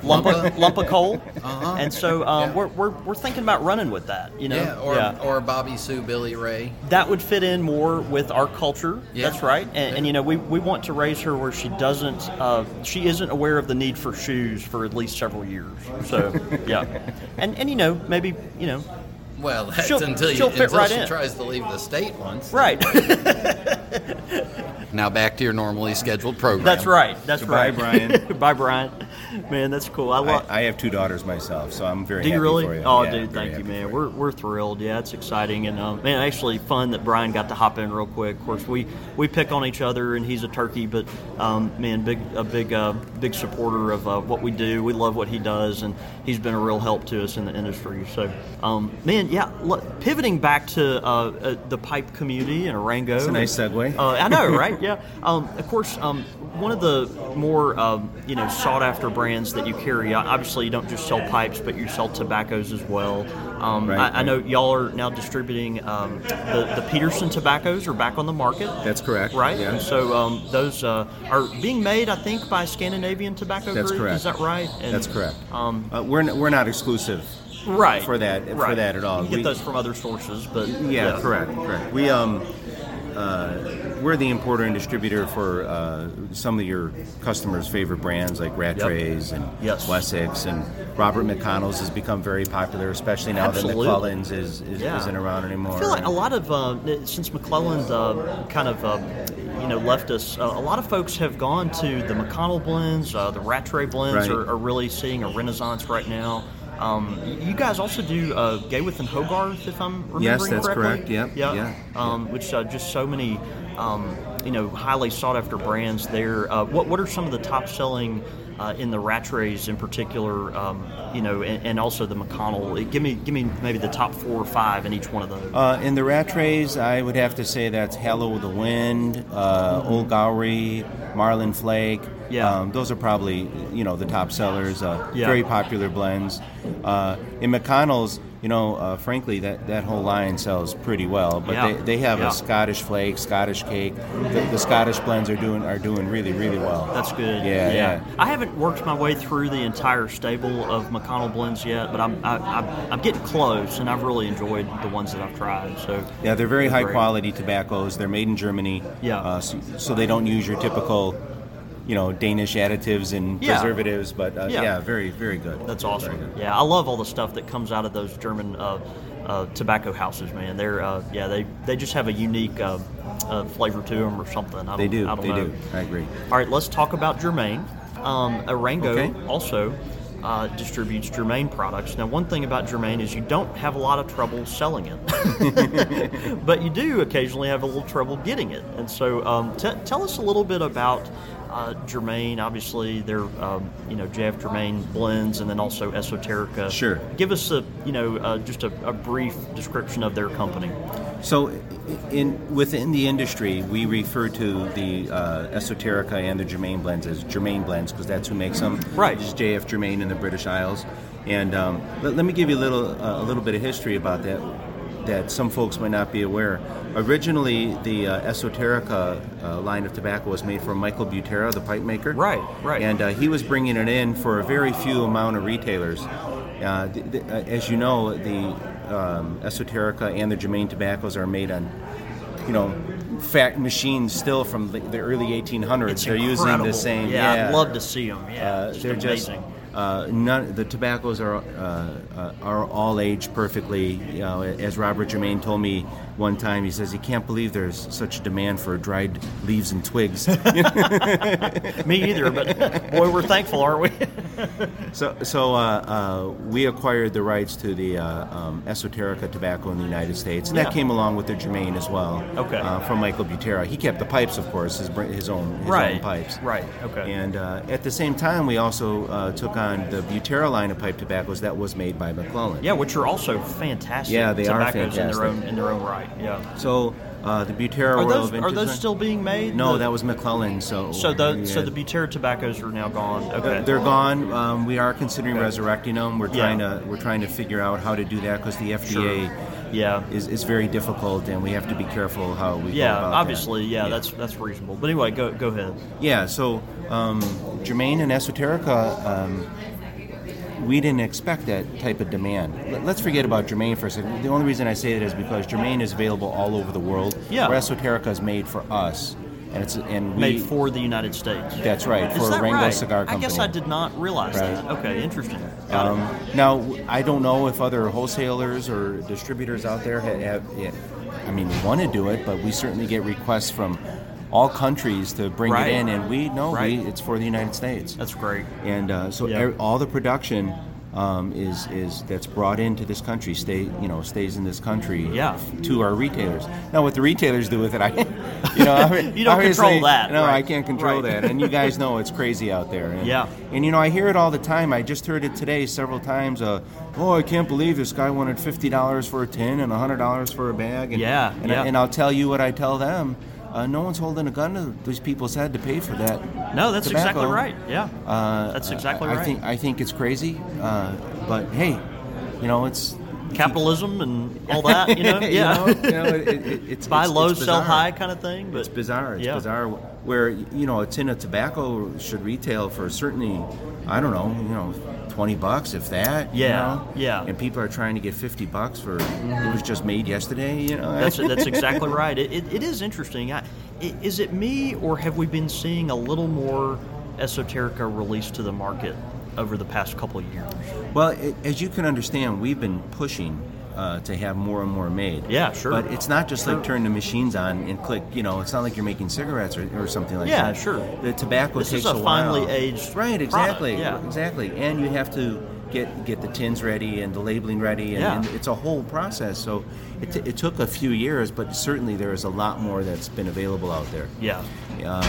Speaker 3: Lumpa,
Speaker 6: Lumpa.
Speaker 3: Lumpa Cole,
Speaker 6: (laughs) Uh-huh.
Speaker 3: and so um,
Speaker 6: Yeah.
Speaker 3: we're, we're we're thinking about running with that. You know,
Speaker 6: Yeah, or or Bobby Sue Billy Ray.
Speaker 3: that would fit in more with our culture.
Speaker 6: Yeah.
Speaker 3: That's right. And, and you know, we, we want to raise her where she doesn't, uh, she isn't aware of the need for shoes for at least several years.
Speaker 6: (laughs)
Speaker 3: So yeah, and and you know, maybe you know,
Speaker 6: Well, that's
Speaker 3: She'll-
Speaker 6: until you
Speaker 3: she'll fit
Speaker 6: until
Speaker 3: right
Speaker 6: she
Speaker 3: in.
Speaker 6: tries to leave the state once.
Speaker 3: right. (laughs)
Speaker 6: Now back to your normally scheduled program.
Speaker 3: That's right. That's
Speaker 8: Goodbye,
Speaker 3: right. (laughs)
Speaker 8: Brian.
Speaker 3: Bye, Brian. Man, that's cool. I love.
Speaker 8: I, I have two daughters myself, so I'm very
Speaker 3: Do you
Speaker 8: happy
Speaker 3: really?
Speaker 8: for you.
Speaker 3: Oh,
Speaker 8: Yeah,
Speaker 3: dude,
Speaker 8: very
Speaker 3: thank you,
Speaker 8: happy
Speaker 3: man.
Speaker 8: for
Speaker 3: We're, we're thrilled. Yeah, it's exciting, and um, man, actually fun that Brian got to hop in real quick. Of course, we, we pick on each other, and he's a turkey, but um, man, big a big uh, big supporter of uh, what we do. We love what he does, and he's been a real help to us in the industry. So, um, man, yeah. Look, pivoting back to uh, uh, the pipe community and Arango. It's
Speaker 8: a nice segue.
Speaker 3: uh, I know,
Speaker 8: (laughs)
Speaker 3: right? Yeah. Um, of course, um, one of the more um, you know sought after brands that you carry. uh, Obviously, you don't just sell pipes, but you sell tobaccos as well. Um,
Speaker 8: Right,
Speaker 3: I, I
Speaker 8: right.
Speaker 3: know y'all are now distributing um, the, the Peterson tobaccos are back on the market.
Speaker 8: That's correct,
Speaker 3: Right.
Speaker 8: yeah.
Speaker 3: And so um, those uh, are being made, I think, by Scandinavian Tobacco
Speaker 8: That's
Speaker 3: Group.
Speaker 8: correct.
Speaker 3: Is that right? And,
Speaker 8: That's correct.
Speaker 3: Um,
Speaker 8: Uh, we're, n- we're not exclusive.
Speaker 3: right.
Speaker 8: For that- for
Speaker 3: right.
Speaker 8: that at all.
Speaker 3: You can get
Speaker 8: We-
Speaker 3: those from other sources, but
Speaker 8: Yeah, correct, correct. We um, uh, we're the importer and distributor for uh, some of your customers' favorite brands like Rattray's and
Speaker 3: Yes.
Speaker 8: Wessex and Robert McConnell's has become very popular, especially now
Speaker 3: Absolutely.
Speaker 8: that McClellan's is, is
Speaker 3: Yeah.
Speaker 8: isn't around anymore.
Speaker 3: I feel like a lot of uh, since McClellan uh, kind of uh, you know left us, uh, a lot of folks have gone to the McConnell blends, uh, the Rattray blends
Speaker 8: Right.
Speaker 3: are, are really seeing a renaissance right now. Um, y- you guys also do uh, Gaywith and Hogarth, if I'm remembering
Speaker 8: Yes, that's
Speaker 3: correctly.
Speaker 8: correct. Yep,
Speaker 3: Yeah.
Speaker 8: yeah.
Speaker 3: Um, which uh, just so many um, you know highly sought after brands there. Uh, what what are some of the top selling? Uh, in the Rattrays in particular, um, you know, and, and also the McConnell. Give me, give me maybe the top four or five in each one of those.
Speaker 8: Uh, in the rat rays, I would have to say that's Hello with the Wind, uh, Old Gowrie, Marlin Flake.
Speaker 3: Yeah.
Speaker 8: Um, those are probably, you know, the top sellers, uh,
Speaker 3: Yeah.
Speaker 8: very popular blends. Uh, in McConnell's, you know, uh, frankly, that, that whole line sells pretty well, but
Speaker 3: Yeah.
Speaker 8: they, they have
Speaker 3: Yeah.
Speaker 8: a Scottish flake, Scottish cake. The, the Scottish blends are doing are doing really, really well.
Speaker 3: That's good.
Speaker 8: Yeah, yeah.
Speaker 3: I haven't worked my way through the entire stable of McConnell blends yet, but I'm I, I'm, I'm getting close, and I've really enjoyed the ones that I've tried. So
Speaker 8: Yeah, they're very high
Speaker 3: great.
Speaker 8: quality tobaccos. They're made in Germany.
Speaker 3: Yeah.
Speaker 8: Uh, so, so they don't use your typical, you know, Danish additives and
Speaker 3: Yeah.
Speaker 8: preservatives. But uh,
Speaker 3: Yeah.
Speaker 8: yeah. very very good.
Speaker 3: That's
Speaker 8: Very
Speaker 3: awesome.
Speaker 8: good.
Speaker 3: Yeah, I love all the stuff that comes out of those German uh, uh, tobacco houses, man. They're uh, yeah, they they just have a unique uh, uh, flavor to them or something. I don't,
Speaker 8: They do.
Speaker 3: I don't
Speaker 8: They
Speaker 3: know.
Speaker 8: do. I agree.
Speaker 3: All right, let's talk about Germain. Um, Arango
Speaker 8: Okay.
Speaker 3: also uh, distributes Germain products. Now, one thing about Germain is you don't have a lot of trouble selling it, but you do occasionally have a little trouble getting it. And so, um, t- tell us a little bit about uh, Germain. Obviously, they're um, you know JF Germain blends, and then also Esoterica.
Speaker 8: Sure.
Speaker 3: Give us a you know uh, just a, a brief description of their company.
Speaker 8: So, in within the industry, we refer to the uh, Esoterica and the Germain blends as Germain blends because that's who makes them.
Speaker 3: Right.
Speaker 8: It's JF Germain in the British Isles, and um, let, let me give you a little uh, a little bit of history about that that some folks might not be aware. Originally, the uh, Esoterica uh, line of tobacco was made from Michael Butera, the pipe maker.
Speaker 3: Right, right.
Speaker 8: And and uh, he was bringing it in for a very few amount of retailers. Uh, th- th- uh, as you know, the um, Esoterica and the Germain tobaccos are made on, you know, fat machines still from the, the early 1800s.
Speaker 3: It's
Speaker 8: They're using
Speaker 3: incredible.
Speaker 8: the same.
Speaker 3: Yeah, I'd love to see them. Yeah,
Speaker 8: Uh,
Speaker 3: it's
Speaker 8: they're
Speaker 3: amazing.
Speaker 8: just uh, none, the tobaccos are uh, uh, are all aged perfectly. You know, as Robert Germain told me one time, he says he can't believe there's such a demand for dried leaves and twigs.
Speaker 3: (laughs) Me either, but boy, we're thankful, aren't we?
Speaker 8: (laughs) So, so uh, uh, we acquired the rights to the uh, um, esoterica tobacco in the United States, and
Speaker 3: Yeah.
Speaker 8: that came along with the Germain as well.
Speaker 3: Okay.
Speaker 8: Uh, from Michael Butera, he kept the pipes, of course, his, br- his own his
Speaker 3: Right.
Speaker 8: own pipes.
Speaker 3: Right, okay.
Speaker 8: And uh, at the same time, we also uh, took on the Butera line of pipe tobaccos that was made by McClellan.
Speaker 3: Yeah, which are also fantastic.
Speaker 8: Yeah, they are
Speaker 3: tobaccos in
Speaker 8: fantastic.
Speaker 3: their own in their own right. Yeah.
Speaker 8: So uh, the Butera
Speaker 3: Are
Speaker 8: Royal
Speaker 3: those are
Speaker 8: Vintage
Speaker 3: those
Speaker 8: line-
Speaker 3: still being made?
Speaker 8: No,
Speaker 3: The-
Speaker 8: that was McClellan. So
Speaker 3: So the so
Speaker 8: Oh, yeah.
Speaker 3: the Butera tobaccos are now gone. Okay.
Speaker 8: They're- They're gone. Um, we are considering resurrecting them. We're
Speaker 3: Yeah.
Speaker 8: trying to we're trying to figure out how to do that because the FDA
Speaker 3: yeah.
Speaker 8: is, is very difficult, and we have to be careful how we.
Speaker 3: Yeah,
Speaker 8: go about
Speaker 3: obviously,
Speaker 8: that.
Speaker 3: yeah, that's that's reasonable. But anyway, go go ahead.
Speaker 8: yeah. So um, Germain and Esoterica. Um, we didn't expect that type of demand. Let- Let's forget about Germain for a second. The only reason I say that is because Germain is available all over the world.
Speaker 3: Yeah.
Speaker 8: Where Esoterica is made for us, and it's and we
Speaker 3: Made for the United States.
Speaker 8: That's right,
Speaker 3: Is
Speaker 8: for
Speaker 3: that
Speaker 8: Rango
Speaker 3: right?
Speaker 8: Cigar
Speaker 3: I guess
Speaker 8: Company.
Speaker 3: I did not realize that. Okay, interesting. Got
Speaker 8: Um, now, I don't know if other wholesalers or distributors out there have, have yeah, I mean, they want to do it, but we certainly get requests from all countries to bring
Speaker 3: Right.
Speaker 8: it in, and we know
Speaker 3: Right.
Speaker 8: Oh, we, it's for the United States.
Speaker 3: it. That's great.
Speaker 8: and uh, so
Speaker 3: Yeah.
Speaker 8: er- all the production um, is is that's brought into this country, stay you know stays in this country,
Speaker 3: Yeah.
Speaker 8: to our retailers. Now, what the retailers do with it, I, (laughs)
Speaker 3: (laughs)
Speaker 8: you know, I mean,
Speaker 3: You don't control
Speaker 8: obviously-
Speaker 3: that,
Speaker 8: No, I
Speaker 3: right.
Speaker 8: can't control
Speaker 3: Right.
Speaker 8: that, and you guys know it's crazy out there. And,
Speaker 3: Yeah.
Speaker 8: and you know, I hear it all the time. I just heard it today several times. Uh, oh, I can't believe this guy wanted fifty dollars for a tin and hundred dollars for a bag. And,
Speaker 3: Yeah,
Speaker 8: and,
Speaker 3: yeah.
Speaker 8: I, and I'll tell you what I tell them. Uh, no one's holding a gun to these people's head to pay for that.
Speaker 3: No, that's exactly
Speaker 8: tobacco.
Speaker 3: right. Yeah.
Speaker 8: Uh,
Speaker 3: that's exactly
Speaker 8: I, I
Speaker 3: right.
Speaker 8: think I think it's crazy, uh, but hey, you know it's
Speaker 3: Capitalism and all that, you know?
Speaker 8: (laughs) you
Speaker 3: Yeah.
Speaker 8: know, you know, it- it- it's
Speaker 3: Buy
Speaker 8: it's-
Speaker 3: low,
Speaker 8: it's
Speaker 3: sell
Speaker 8: bizarre.
Speaker 3: high kind of thing. But
Speaker 8: It's bizarre. It's
Speaker 3: yeah.
Speaker 8: bizarre. Where you know a tin of tobacco should retail for certainly, I don't know, you know, twenty bucks if that. you
Speaker 3: Yeah,
Speaker 8: know?
Speaker 3: yeah.
Speaker 8: And people are trying to get fifty bucks for it was just made yesterday. You know. (laughs)
Speaker 3: That's that's exactly right. It, it, it is interesting. I, i- is it me, or have we been seeing a little more esoterica released to the market over the past couple of years?
Speaker 8: Well, i as you can understand, we've been pushing uh, to have more and more made.
Speaker 3: Yeah, sure.
Speaker 8: But it's not just like turn the machines on and click. You know, it's not like you're making cigarettes or, or something like
Speaker 3: Yeah,
Speaker 8: that.
Speaker 3: sure.
Speaker 8: The tobacco
Speaker 3: This is
Speaker 8: takes
Speaker 3: a
Speaker 8: a, while.
Speaker 3: finely aged
Speaker 8: Right.
Speaker 3: product,
Speaker 8: Exactly.
Speaker 3: yeah.
Speaker 8: Exactly. And you have to get get the tins ready and the labeling ready, and,
Speaker 3: Yeah.
Speaker 8: and it's a whole process. So it, t- it took a few years, but certainly there is a lot more that's been available out there.
Speaker 3: Yeah,
Speaker 8: Um,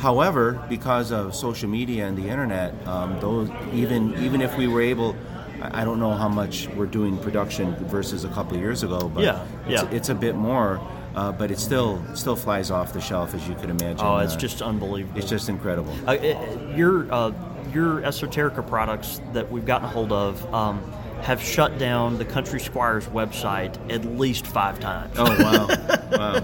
Speaker 8: however, because of social media and the internet, um, those even even if we were able, I I don't know how much we're doing production versus a couple of years ago, but
Speaker 3: Yeah,
Speaker 8: it's,
Speaker 3: yeah.
Speaker 8: it's a bit more. Uh, but it still still flies off the shelf, as you could imagine.
Speaker 3: oh, it's
Speaker 8: Uh,
Speaker 3: just unbelievable.
Speaker 8: it's just incredible.
Speaker 3: uh, it- your uh, your esoterica products that we've gotten a hold of. Um, have shut down the Country Squire's website at least five times.
Speaker 8: Oh
Speaker 3: (laughs)
Speaker 8: wow!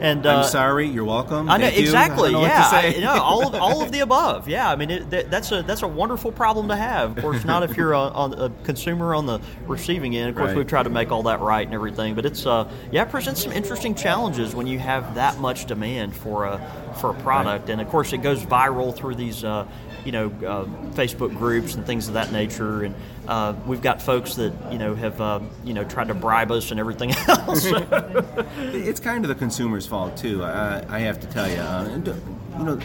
Speaker 3: and uh,
Speaker 8: I'm sorry. You're welcome.
Speaker 3: I know
Speaker 8: Thank you. (laughs)
Speaker 3: exactly.
Speaker 8: I don't know what to
Speaker 3: yeah,
Speaker 8: say.
Speaker 3: I- no, all of all of
Speaker 8: (laughs)
Speaker 3: the above. Yeah, I mean it, that, that's a that's a wonderful problem to have. Of course, not if you're a, on a consumer on the receiving end. Of course,
Speaker 8: Right.
Speaker 3: we've tried to make all that right and everything, but it's uh yeah it presents some interesting challenges when you have that much demand for a for a product, and of course it goes viral through these. Uh, you know, uh, Facebook groups and things of that nature, and uh, we've got folks that you know have uh, you know tried to bribe us and everything (laughs) else.
Speaker 8: It's kind of the consumer's fault too. I, I have to tell you, uh, and, uh, you know,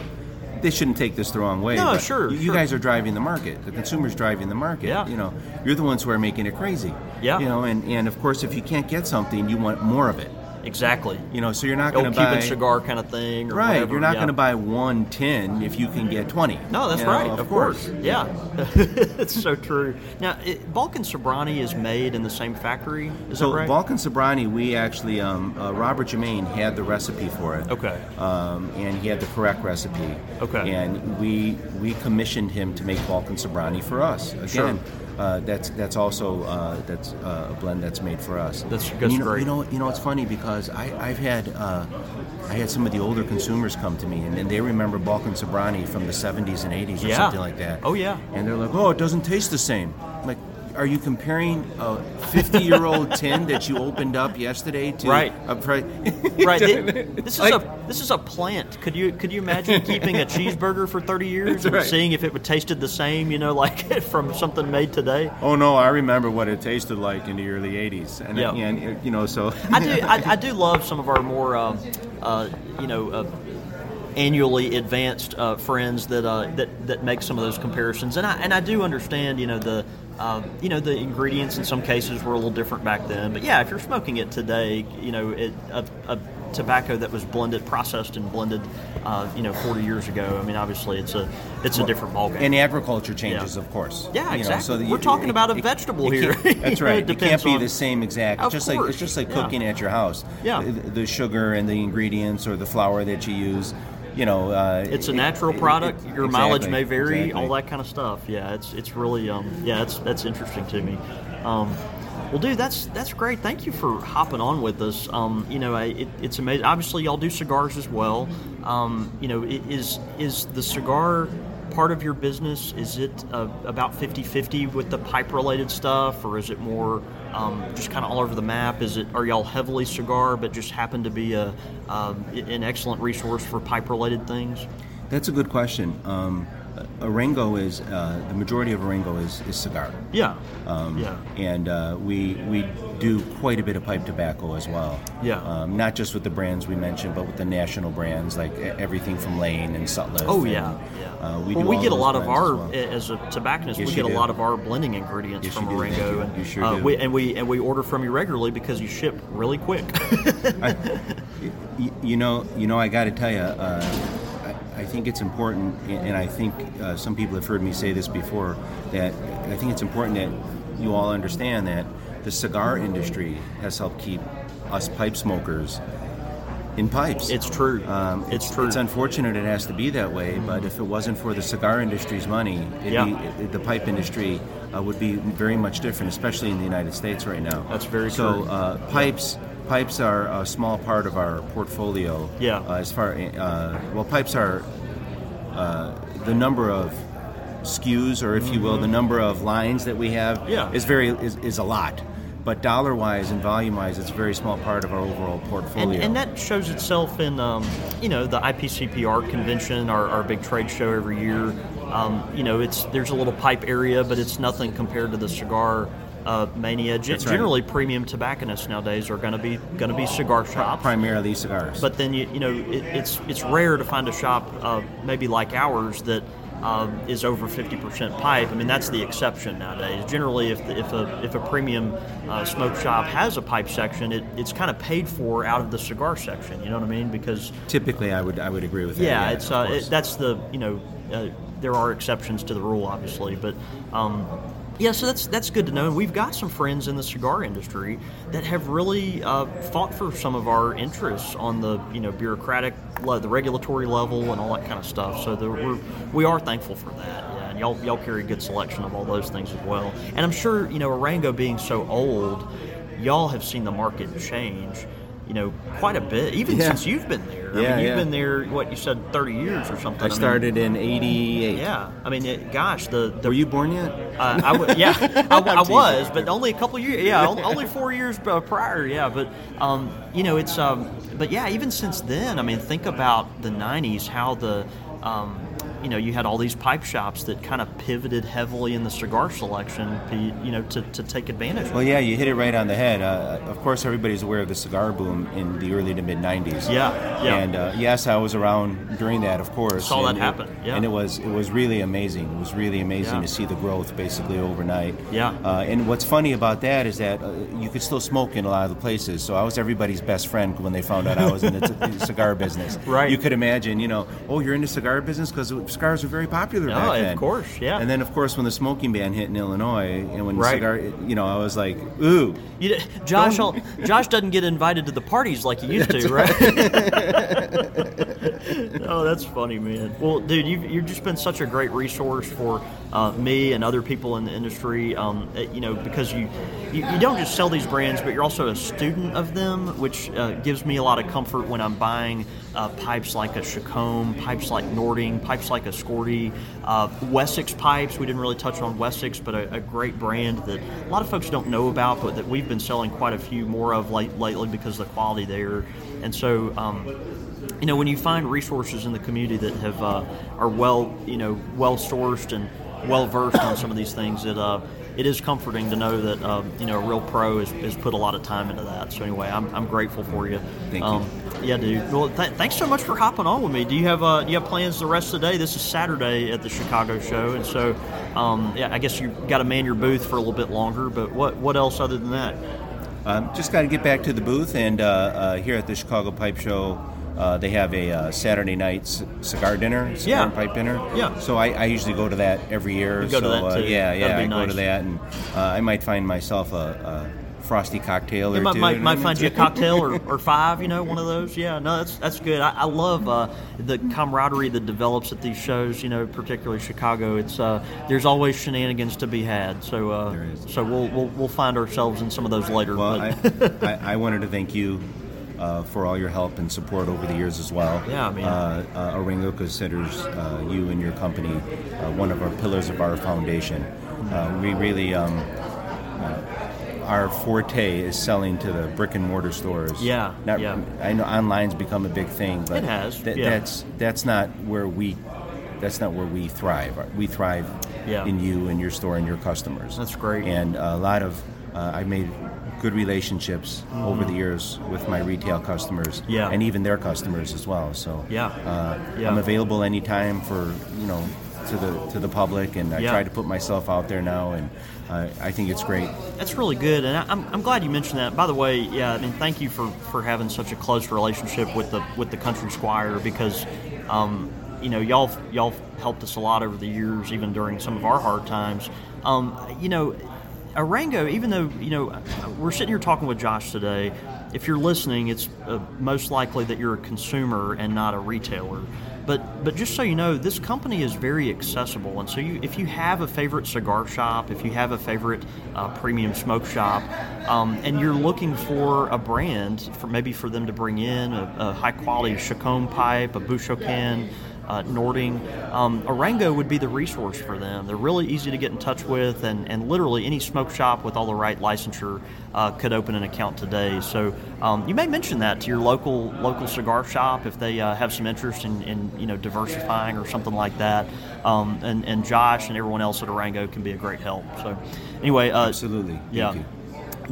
Speaker 8: they shouldn't take this the wrong way.
Speaker 3: No,
Speaker 8: but
Speaker 3: sure,
Speaker 8: You, you
Speaker 3: sure.
Speaker 8: guys are driving the market. The consumer's driving the market.
Speaker 3: Yeah.
Speaker 8: You know, you're the ones who are making it crazy.
Speaker 3: Yeah.
Speaker 8: You know, and, and of course, if you can't get something, you want more of it.
Speaker 3: exactly.
Speaker 8: You know, so you're not
Speaker 3: old
Speaker 8: going to
Speaker 3: Cuban
Speaker 8: buy
Speaker 3: cigar kind of thing. Or
Speaker 8: Right.
Speaker 3: whatever,
Speaker 8: you're not
Speaker 3: yeah.
Speaker 8: going to buy one tin if you can get twenty.
Speaker 3: No, that's
Speaker 8: You know,
Speaker 3: right. Of, course. Yeah, (laughs) it's so true. Now, it, Balkan Sobrani is made in the same factory. Is
Speaker 8: So
Speaker 3: that right?
Speaker 8: Balkan Sobrani, we actually um, uh, Robert Germain had the recipe for it.
Speaker 3: Okay.
Speaker 8: Um, and he had the correct recipe.
Speaker 3: Okay.
Speaker 8: And we we commissioned him to make Balkan Sobrani for us again.
Speaker 3: Sure.
Speaker 8: Uh, that's that's also uh, that's uh, a blend that's made for us.
Speaker 3: That's-
Speaker 8: And
Speaker 3: that's
Speaker 8: you know,
Speaker 3: great.
Speaker 8: You know you know it's funny because I I've had. Uh, I had some of the older consumers come to me, and, and they remember Balkan Sobrani from the 70s and 80s or
Speaker 3: Yeah.
Speaker 8: something like that.
Speaker 3: Oh, yeah.
Speaker 8: And they're like, oh, it doesn't taste the same. I'm like, are you comparing a 50
Speaker 3: (laughs)
Speaker 8: year old tin that you opened up yesterday to
Speaker 3: Right.
Speaker 8: a (laughs) pri-
Speaker 3: Right. thi- this is a this is a plant. Could you could you imagine keeping
Speaker 8: (laughs)
Speaker 3: a cheeseburger for thirty years and
Speaker 8: right.
Speaker 3: seeing if it would tasted the same? You know, like (laughs) from something made today.
Speaker 8: oh no, I remember what it tasted like in the early 80s. And,
Speaker 3: Yeah.
Speaker 8: and you know, so. (laughs)
Speaker 3: I do. I, I do love some of our more, um, uh, you know, uh, annually advanced uh, friends that, uh, that that make some of those comparisons. And I and I do understand, you know, the um, you know the ingredients in some cases were a little different back then. But yeah, if you're smoking it today, you know, it, a, a tobacco that was blended, processed, and blended, uh, you know, 40 years ago. I mean, obviously, it's a it's a different ballgame.
Speaker 6: And agriculture changes,
Speaker 3: Yeah.
Speaker 6: of course.
Speaker 3: Yeah,
Speaker 6: You know,
Speaker 3: exactly.
Speaker 6: that
Speaker 3: We're talking about a vegetable here.
Speaker 6: can't- That's
Speaker 3: You know,
Speaker 6: right.
Speaker 3: (laughs) it
Speaker 6: it can't
Speaker 3: depends
Speaker 6: be
Speaker 3: on-
Speaker 6: the same exact.
Speaker 3: Of
Speaker 6: It's just like
Speaker 3: course,
Speaker 6: it's just like
Speaker 3: yeah.
Speaker 6: cooking at your house.
Speaker 3: Yeah.
Speaker 6: The, the sugar and the ingredients or the flour that you use. You know, uh,
Speaker 3: it's a
Speaker 6: it-
Speaker 3: natural
Speaker 6: it- it-
Speaker 3: product. Your
Speaker 6: exactly,
Speaker 3: mileage may vary,
Speaker 6: exactly.
Speaker 3: all that kind of stuff. Yeah, it's it's really um, yeah, that's that's interesting to me. Um, well, dude, that's that's great. Thank you for hopping on with us. Um, you know, I, it, it's amazing. Obviously, y'all do cigars as well. Um, you know, i- is is the cigar part of your business? Is it uh, about 50-50 with the pipe related stuff, or is it more um, just kind of all over the map? Is it are y'all heavily cigar, but just happen to be a um, i- an excellent resource for pipe related things?
Speaker 6: That's a good question. Um, Arango is uh, the majority of Arango is, is cigar.
Speaker 3: Yeah.
Speaker 6: Um,
Speaker 3: yeah.
Speaker 6: And uh, we we do quite a bit of pipe tobacco as well.
Speaker 3: Yeah.
Speaker 6: Um, not just with the brands we mentioned, but with the national brands like e- everything from Lane and Sutliff.
Speaker 3: Oh
Speaker 6: and,
Speaker 3: yeah. yeah.
Speaker 6: Uh, we
Speaker 3: well,
Speaker 6: do
Speaker 3: we
Speaker 6: all
Speaker 3: get a
Speaker 6: those
Speaker 3: lot of
Speaker 6: brands
Speaker 3: our
Speaker 6: as well.
Speaker 3: as a tobacconist,
Speaker 6: Yes,
Speaker 3: we
Speaker 6: you
Speaker 3: get a
Speaker 6: do.
Speaker 3: lot of our blending ingredients
Speaker 6: Yes,
Speaker 3: from
Speaker 6: you do. Thank
Speaker 3: Orango,
Speaker 6: you.
Speaker 3: and
Speaker 6: You sure
Speaker 3: uh,
Speaker 6: do.
Speaker 3: we and we and we order from you regularly because you ship
Speaker 6: (laughs)
Speaker 3: really quick.
Speaker 6: Y- You know, you know, I got to tell you, uh, I, I think it's important, and and I think uh, some people have heard me say this before. That I think it's important that you all understand that the cigar industry has helped keep us pipe smokers in pipes.
Speaker 3: it's true.
Speaker 6: Um,
Speaker 3: it's, true.
Speaker 6: It's unfortunate it has to be that way, but if it wasn't for the cigar industry's money, it'd
Speaker 3: Yeah.
Speaker 6: be, it, the pipe industry uh, would be very much different, especially in the United States right now.
Speaker 3: That's very
Speaker 6: so,
Speaker 3: true.
Speaker 6: Uh, pipes. Pipes are a small part of our portfolio.
Speaker 3: Yeah.
Speaker 6: Uh, as far uh, well, pipes are uh, the number of SKUs, or if you will, the number of lines that we have
Speaker 3: Mm-hmm. Yeah.
Speaker 6: is very is, is a lot. But dollar wise and volume wise, it's a very small part of our overall portfolio.
Speaker 3: and, and that shows itself in um, you know the IPCPR convention, our, our big trade show every year. Um, you know, it's there's a little pipe area, but it's nothing compared to the cigar uh, mania. Gen-
Speaker 6: That's right.
Speaker 3: Generally, premium tobacconists nowadays are going to be going to be cigar shops.
Speaker 6: primarily cigars.
Speaker 3: But then you, you know it, it's it's rare to find a shop uh, maybe like ours that um, is over fifty percent pipe. I mean that's the exception nowadays. Generally, if if a if a premium uh, smoke shop has a pipe section, it, it's kind of paid for out of the cigar section. You know what I mean? Because
Speaker 6: Typically, I would I would agree with that.
Speaker 3: yeah, it's
Speaker 6: of
Speaker 3: uh,
Speaker 6: course.
Speaker 3: it, that's the you know uh, there are exceptions to the rule, obviously, but. Um, yeah, so that's that's good to know. And we've got some friends in the cigar industry that have really uh, fought for some of our interests on the you know bureaucratic, le- the regulatory level, and all that kind of stuff. So the, we're, we are thankful for that. Yeah, and y'all y'all carry a good selection of all those things as well. And I'm sure you know Arango being so old, y'all have seen the market change, you know, quite a bit. Even
Speaker 6: Yeah.
Speaker 3: since you've been there, I
Speaker 6: Yeah,
Speaker 3: mean, you've
Speaker 6: yeah.
Speaker 3: been there there what you said 30 years or something
Speaker 6: I
Speaker 3: mean,
Speaker 6: started in '88.
Speaker 3: yeah i mean it, gosh the, the
Speaker 6: Were you born yet?
Speaker 3: uh, I w-
Speaker 6: (laughs)
Speaker 3: yeah, I, w- I
Speaker 6: I'm teasing.
Speaker 3: was, but only a couple years. Yeah, on- only four years uh, prior. Yeah, but um, you know, it's um, but yeah, even since then, I mean, think about the '90s, how the um, you know you had all these pipe shops that kind of pivoted heavily in the cigar selection, to, you know, to, to take advantage. of
Speaker 6: Well, yeah, you hit it right on the head. Uh, of course, everybody's aware of the cigar boom in the early to mid '90s.
Speaker 3: Yeah, yeah.
Speaker 6: And uh, yes, I was around during that, of course.
Speaker 3: Saw that
Speaker 6: and it-
Speaker 3: happen, yeah.
Speaker 6: And it was it was really amazing. It was really amazing
Speaker 3: Yeah.
Speaker 6: to see the growth basically overnight.
Speaker 3: Yeah.
Speaker 6: Uh, and what's funny about that is that uh, you could still smoke in a lot of the places. So I was everybody's best friend when they found out I was in (laughs) the c- cigar business.
Speaker 3: Right.
Speaker 6: You could imagine, you know, oh, you're in the cigar business because cigars were very popular
Speaker 3: Oh,
Speaker 6: back
Speaker 3: of
Speaker 6: then.
Speaker 3: course, yeah.
Speaker 6: And then of course when the smoking ban hit in Illinois and when
Speaker 3: Right.
Speaker 6: cigar, you know, I was like, ooh.
Speaker 3: You, d- Josh, all- Josh doesn't get invited to the parties like he
Speaker 6: (laughs)
Speaker 3: used to, right? (laughs) oh, that's funny, man. Well, dude, you've, you've just been such a great resource for uh, me and other people in the industry. Um, uh, you know, because you, you you don't just sell these brands, but you're also a student of them, which uh, gives me a lot of comfort when I'm buying uh, pipes like a Chacombe, pipes like Nording, pipes like Ascorti, uh, Wessex pipes. We didn't really touch on Wessex, but a, a great brand that a lot of folks don't know about, but that we've been selling quite a few more of late, lately because of the quality there. And so, um, you know, when you find resources in the community that have uh, are well, you know, well sourced and well versed on some of these things, it uh, it is comforting to know that um, you know a real pro has, has put a lot of time into that. So anyway, I'm, I'm grateful for you.
Speaker 6: Thank you.
Speaker 3: um, you. Yeah, dude. Well, th- thanks so much for hopping on with me. Do you have uh, do you have plans the rest of the day? This is Saturday at the Chicago show, and so um, yeah, I guess you got to man your booth for a little bit longer. But what what else other than that?
Speaker 6: Um, just got to get back to the booth, and uh, uh, here at the Chicago Pipe Show, uh, they have a uh, Saturday night c- cigar dinner, cigar
Speaker 3: Yeah.
Speaker 6: and pipe dinner.
Speaker 3: Yeah.
Speaker 6: So I, I usually go to that every year.
Speaker 3: You go to
Speaker 6: so,
Speaker 3: that
Speaker 6: uh,
Speaker 3: too.
Speaker 6: yeah, yeah, I
Speaker 3: That'd be
Speaker 6: go to
Speaker 3: nice.
Speaker 6: that, and uh, I might find myself a, a frosty cocktail
Speaker 3: You
Speaker 6: or
Speaker 3: might,
Speaker 6: two.
Speaker 3: might,
Speaker 6: and
Speaker 3: might
Speaker 6: I'm
Speaker 3: find you a
Speaker 6: into-
Speaker 3: cocktail
Speaker 6: (laughs)
Speaker 3: or, or five, you know, one of those. Yeah, no, that's that's good. I, I love uh, the camaraderie that develops at these shows. You know, particularly Chicago. It's uh, there's always shenanigans to be had. So uh,
Speaker 6: There is.
Speaker 3: so we'll, we'll we'll find ourselves in some of those later.
Speaker 6: Well, I,
Speaker 3: (laughs) but-
Speaker 6: I, I wanted to thank you uh, for all your help and support over the years as well.
Speaker 3: Yeah, I mean-
Speaker 6: uh, uh, Oringo considers uh, you and your company uh, one of our pillars of our foundation. Uh, we really. Um, uh, our forte is selling to the brick and mortar stores.
Speaker 3: Yeah,
Speaker 6: not,
Speaker 3: yeah.
Speaker 6: I know online's become a big thing, but
Speaker 3: It has,
Speaker 6: tha-
Speaker 3: yeah.
Speaker 6: That's that's not where we that's not where we thrive. We thrive
Speaker 3: Yeah.
Speaker 6: in you and your store and your customers.
Speaker 3: That's great.
Speaker 6: And a lot of uh, I made good relationships over the years with my retail customers.
Speaker 3: Yeah.
Speaker 6: And even their customers as well. So
Speaker 3: Yeah.
Speaker 6: Uh,
Speaker 3: Yeah.
Speaker 6: I'm available anytime for you know to the to the public, and I
Speaker 3: Yeah.
Speaker 6: try to put myself out there now, and uh, I think it's great.
Speaker 3: That's really good, and I, I'm, I'm glad you mentioned that. By the way, yeah, I mean, thank you for, for having such a close relationship with the with the country squire because, um, you know, y'all y'all helped us a lot over the years, even during some of our hard times. Um, you know, Arango, even though you know we're sitting here talking with Josh today, if you're listening, it's uh, most likely that you're a consumer and not a retailer. But but just so you know, this company is very accessible, and so you, if you have a favorite cigar shop, if you have a favorite uh, premium smoke shop, um, and you're looking for a brand, for maybe for them to bring in a, a high quality Chacon pipe, a Bushoken. Uh, Nording, um, Orango would be the resource for them. They're really easy to get in touch with, and, and literally any smoke shop with all the right licensure uh, could open an account today. So um, you may mention that to your local local cigar shop if they uh, have some interest in, in you know diversifying or something like that. Um, and, and Josh and everyone else at Orango can be a great help. So anyway, uh,
Speaker 6: Absolutely. Thank
Speaker 3: yeah,
Speaker 6: you.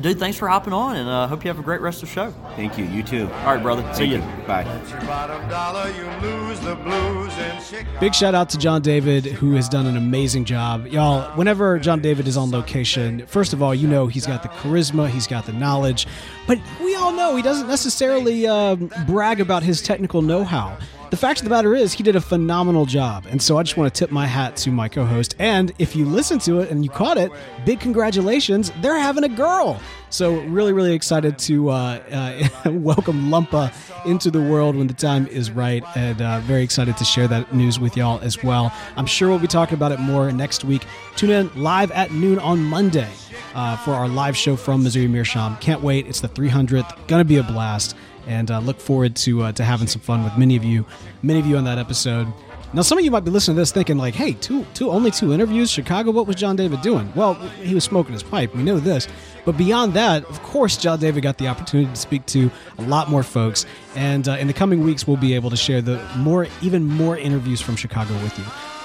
Speaker 3: dude, thanks for hopping on, and uh, hope you have a great rest of the show.
Speaker 6: Thank you. You too.
Speaker 3: All right, brother.
Speaker 6: Thank
Speaker 3: See you.
Speaker 6: you. Bye.
Speaker 2: Your bottom dollar, you lose the blues in Chicago.
Speaker 1: Big shout out to John David, who has done an amazing job. Y'all, whenever John David is on location, first of all, you know he's got the charisma, he's got the knowledge, but we all know he doesn't necessarily um, brag about his technical know how. The fact of the matter is, he did a phenomenal job. And so I just want to tip my hat to my co host. And if you listened to it and you caught it, big congratulations, they're having a girl. So, really, really excited to uh, uh, (laughs) welcome Lumpa into the world when the time is right. And uh, very excited to share that news with y'all as well. I'm sure we'll be talking about it more next week. Tune in live at noon on Monday uh, for our live show from Missouri Meerschaum. Can't wait. It's the 300th. Gonna be a blast. And uh, look forward to, uh, to having some fun with many of you, many of you on that episode. Now, some of you might be listening to this thinking, like, hey, two, two, only two interviews, Chicago, what was John David doing? Well, he was smoking his pipe, we know this. But beyond that, of course, John David got the opportunity to speak to a lot more folks. And uh, in the coming weeks, we'll be able to share the more, even more interviews from Chicago with you.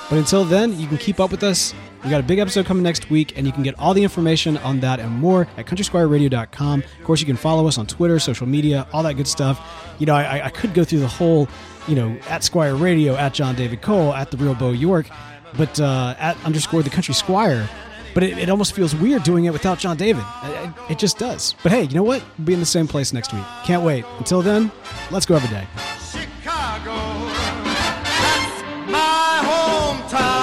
Speaker 1: But until then, you can keep up with us. We got a big episode coming next week, and you can get all the information on that and more at countrysquireradio.com. Of course, you can follow us on Twitter, social media, all that good stuff. You know, I, I could go through the whole you know, at Squire Radio, at John David Cole, at the Real Bo York, but uh, at underscore the Country Squire. But it, it almost feels weird doing it without John David. It, it just does. But hey, you know what? We'll be in the same place next week. Can't wait. Until then, let's go have a day.
Speaker 2: Chicago. That's my hometown.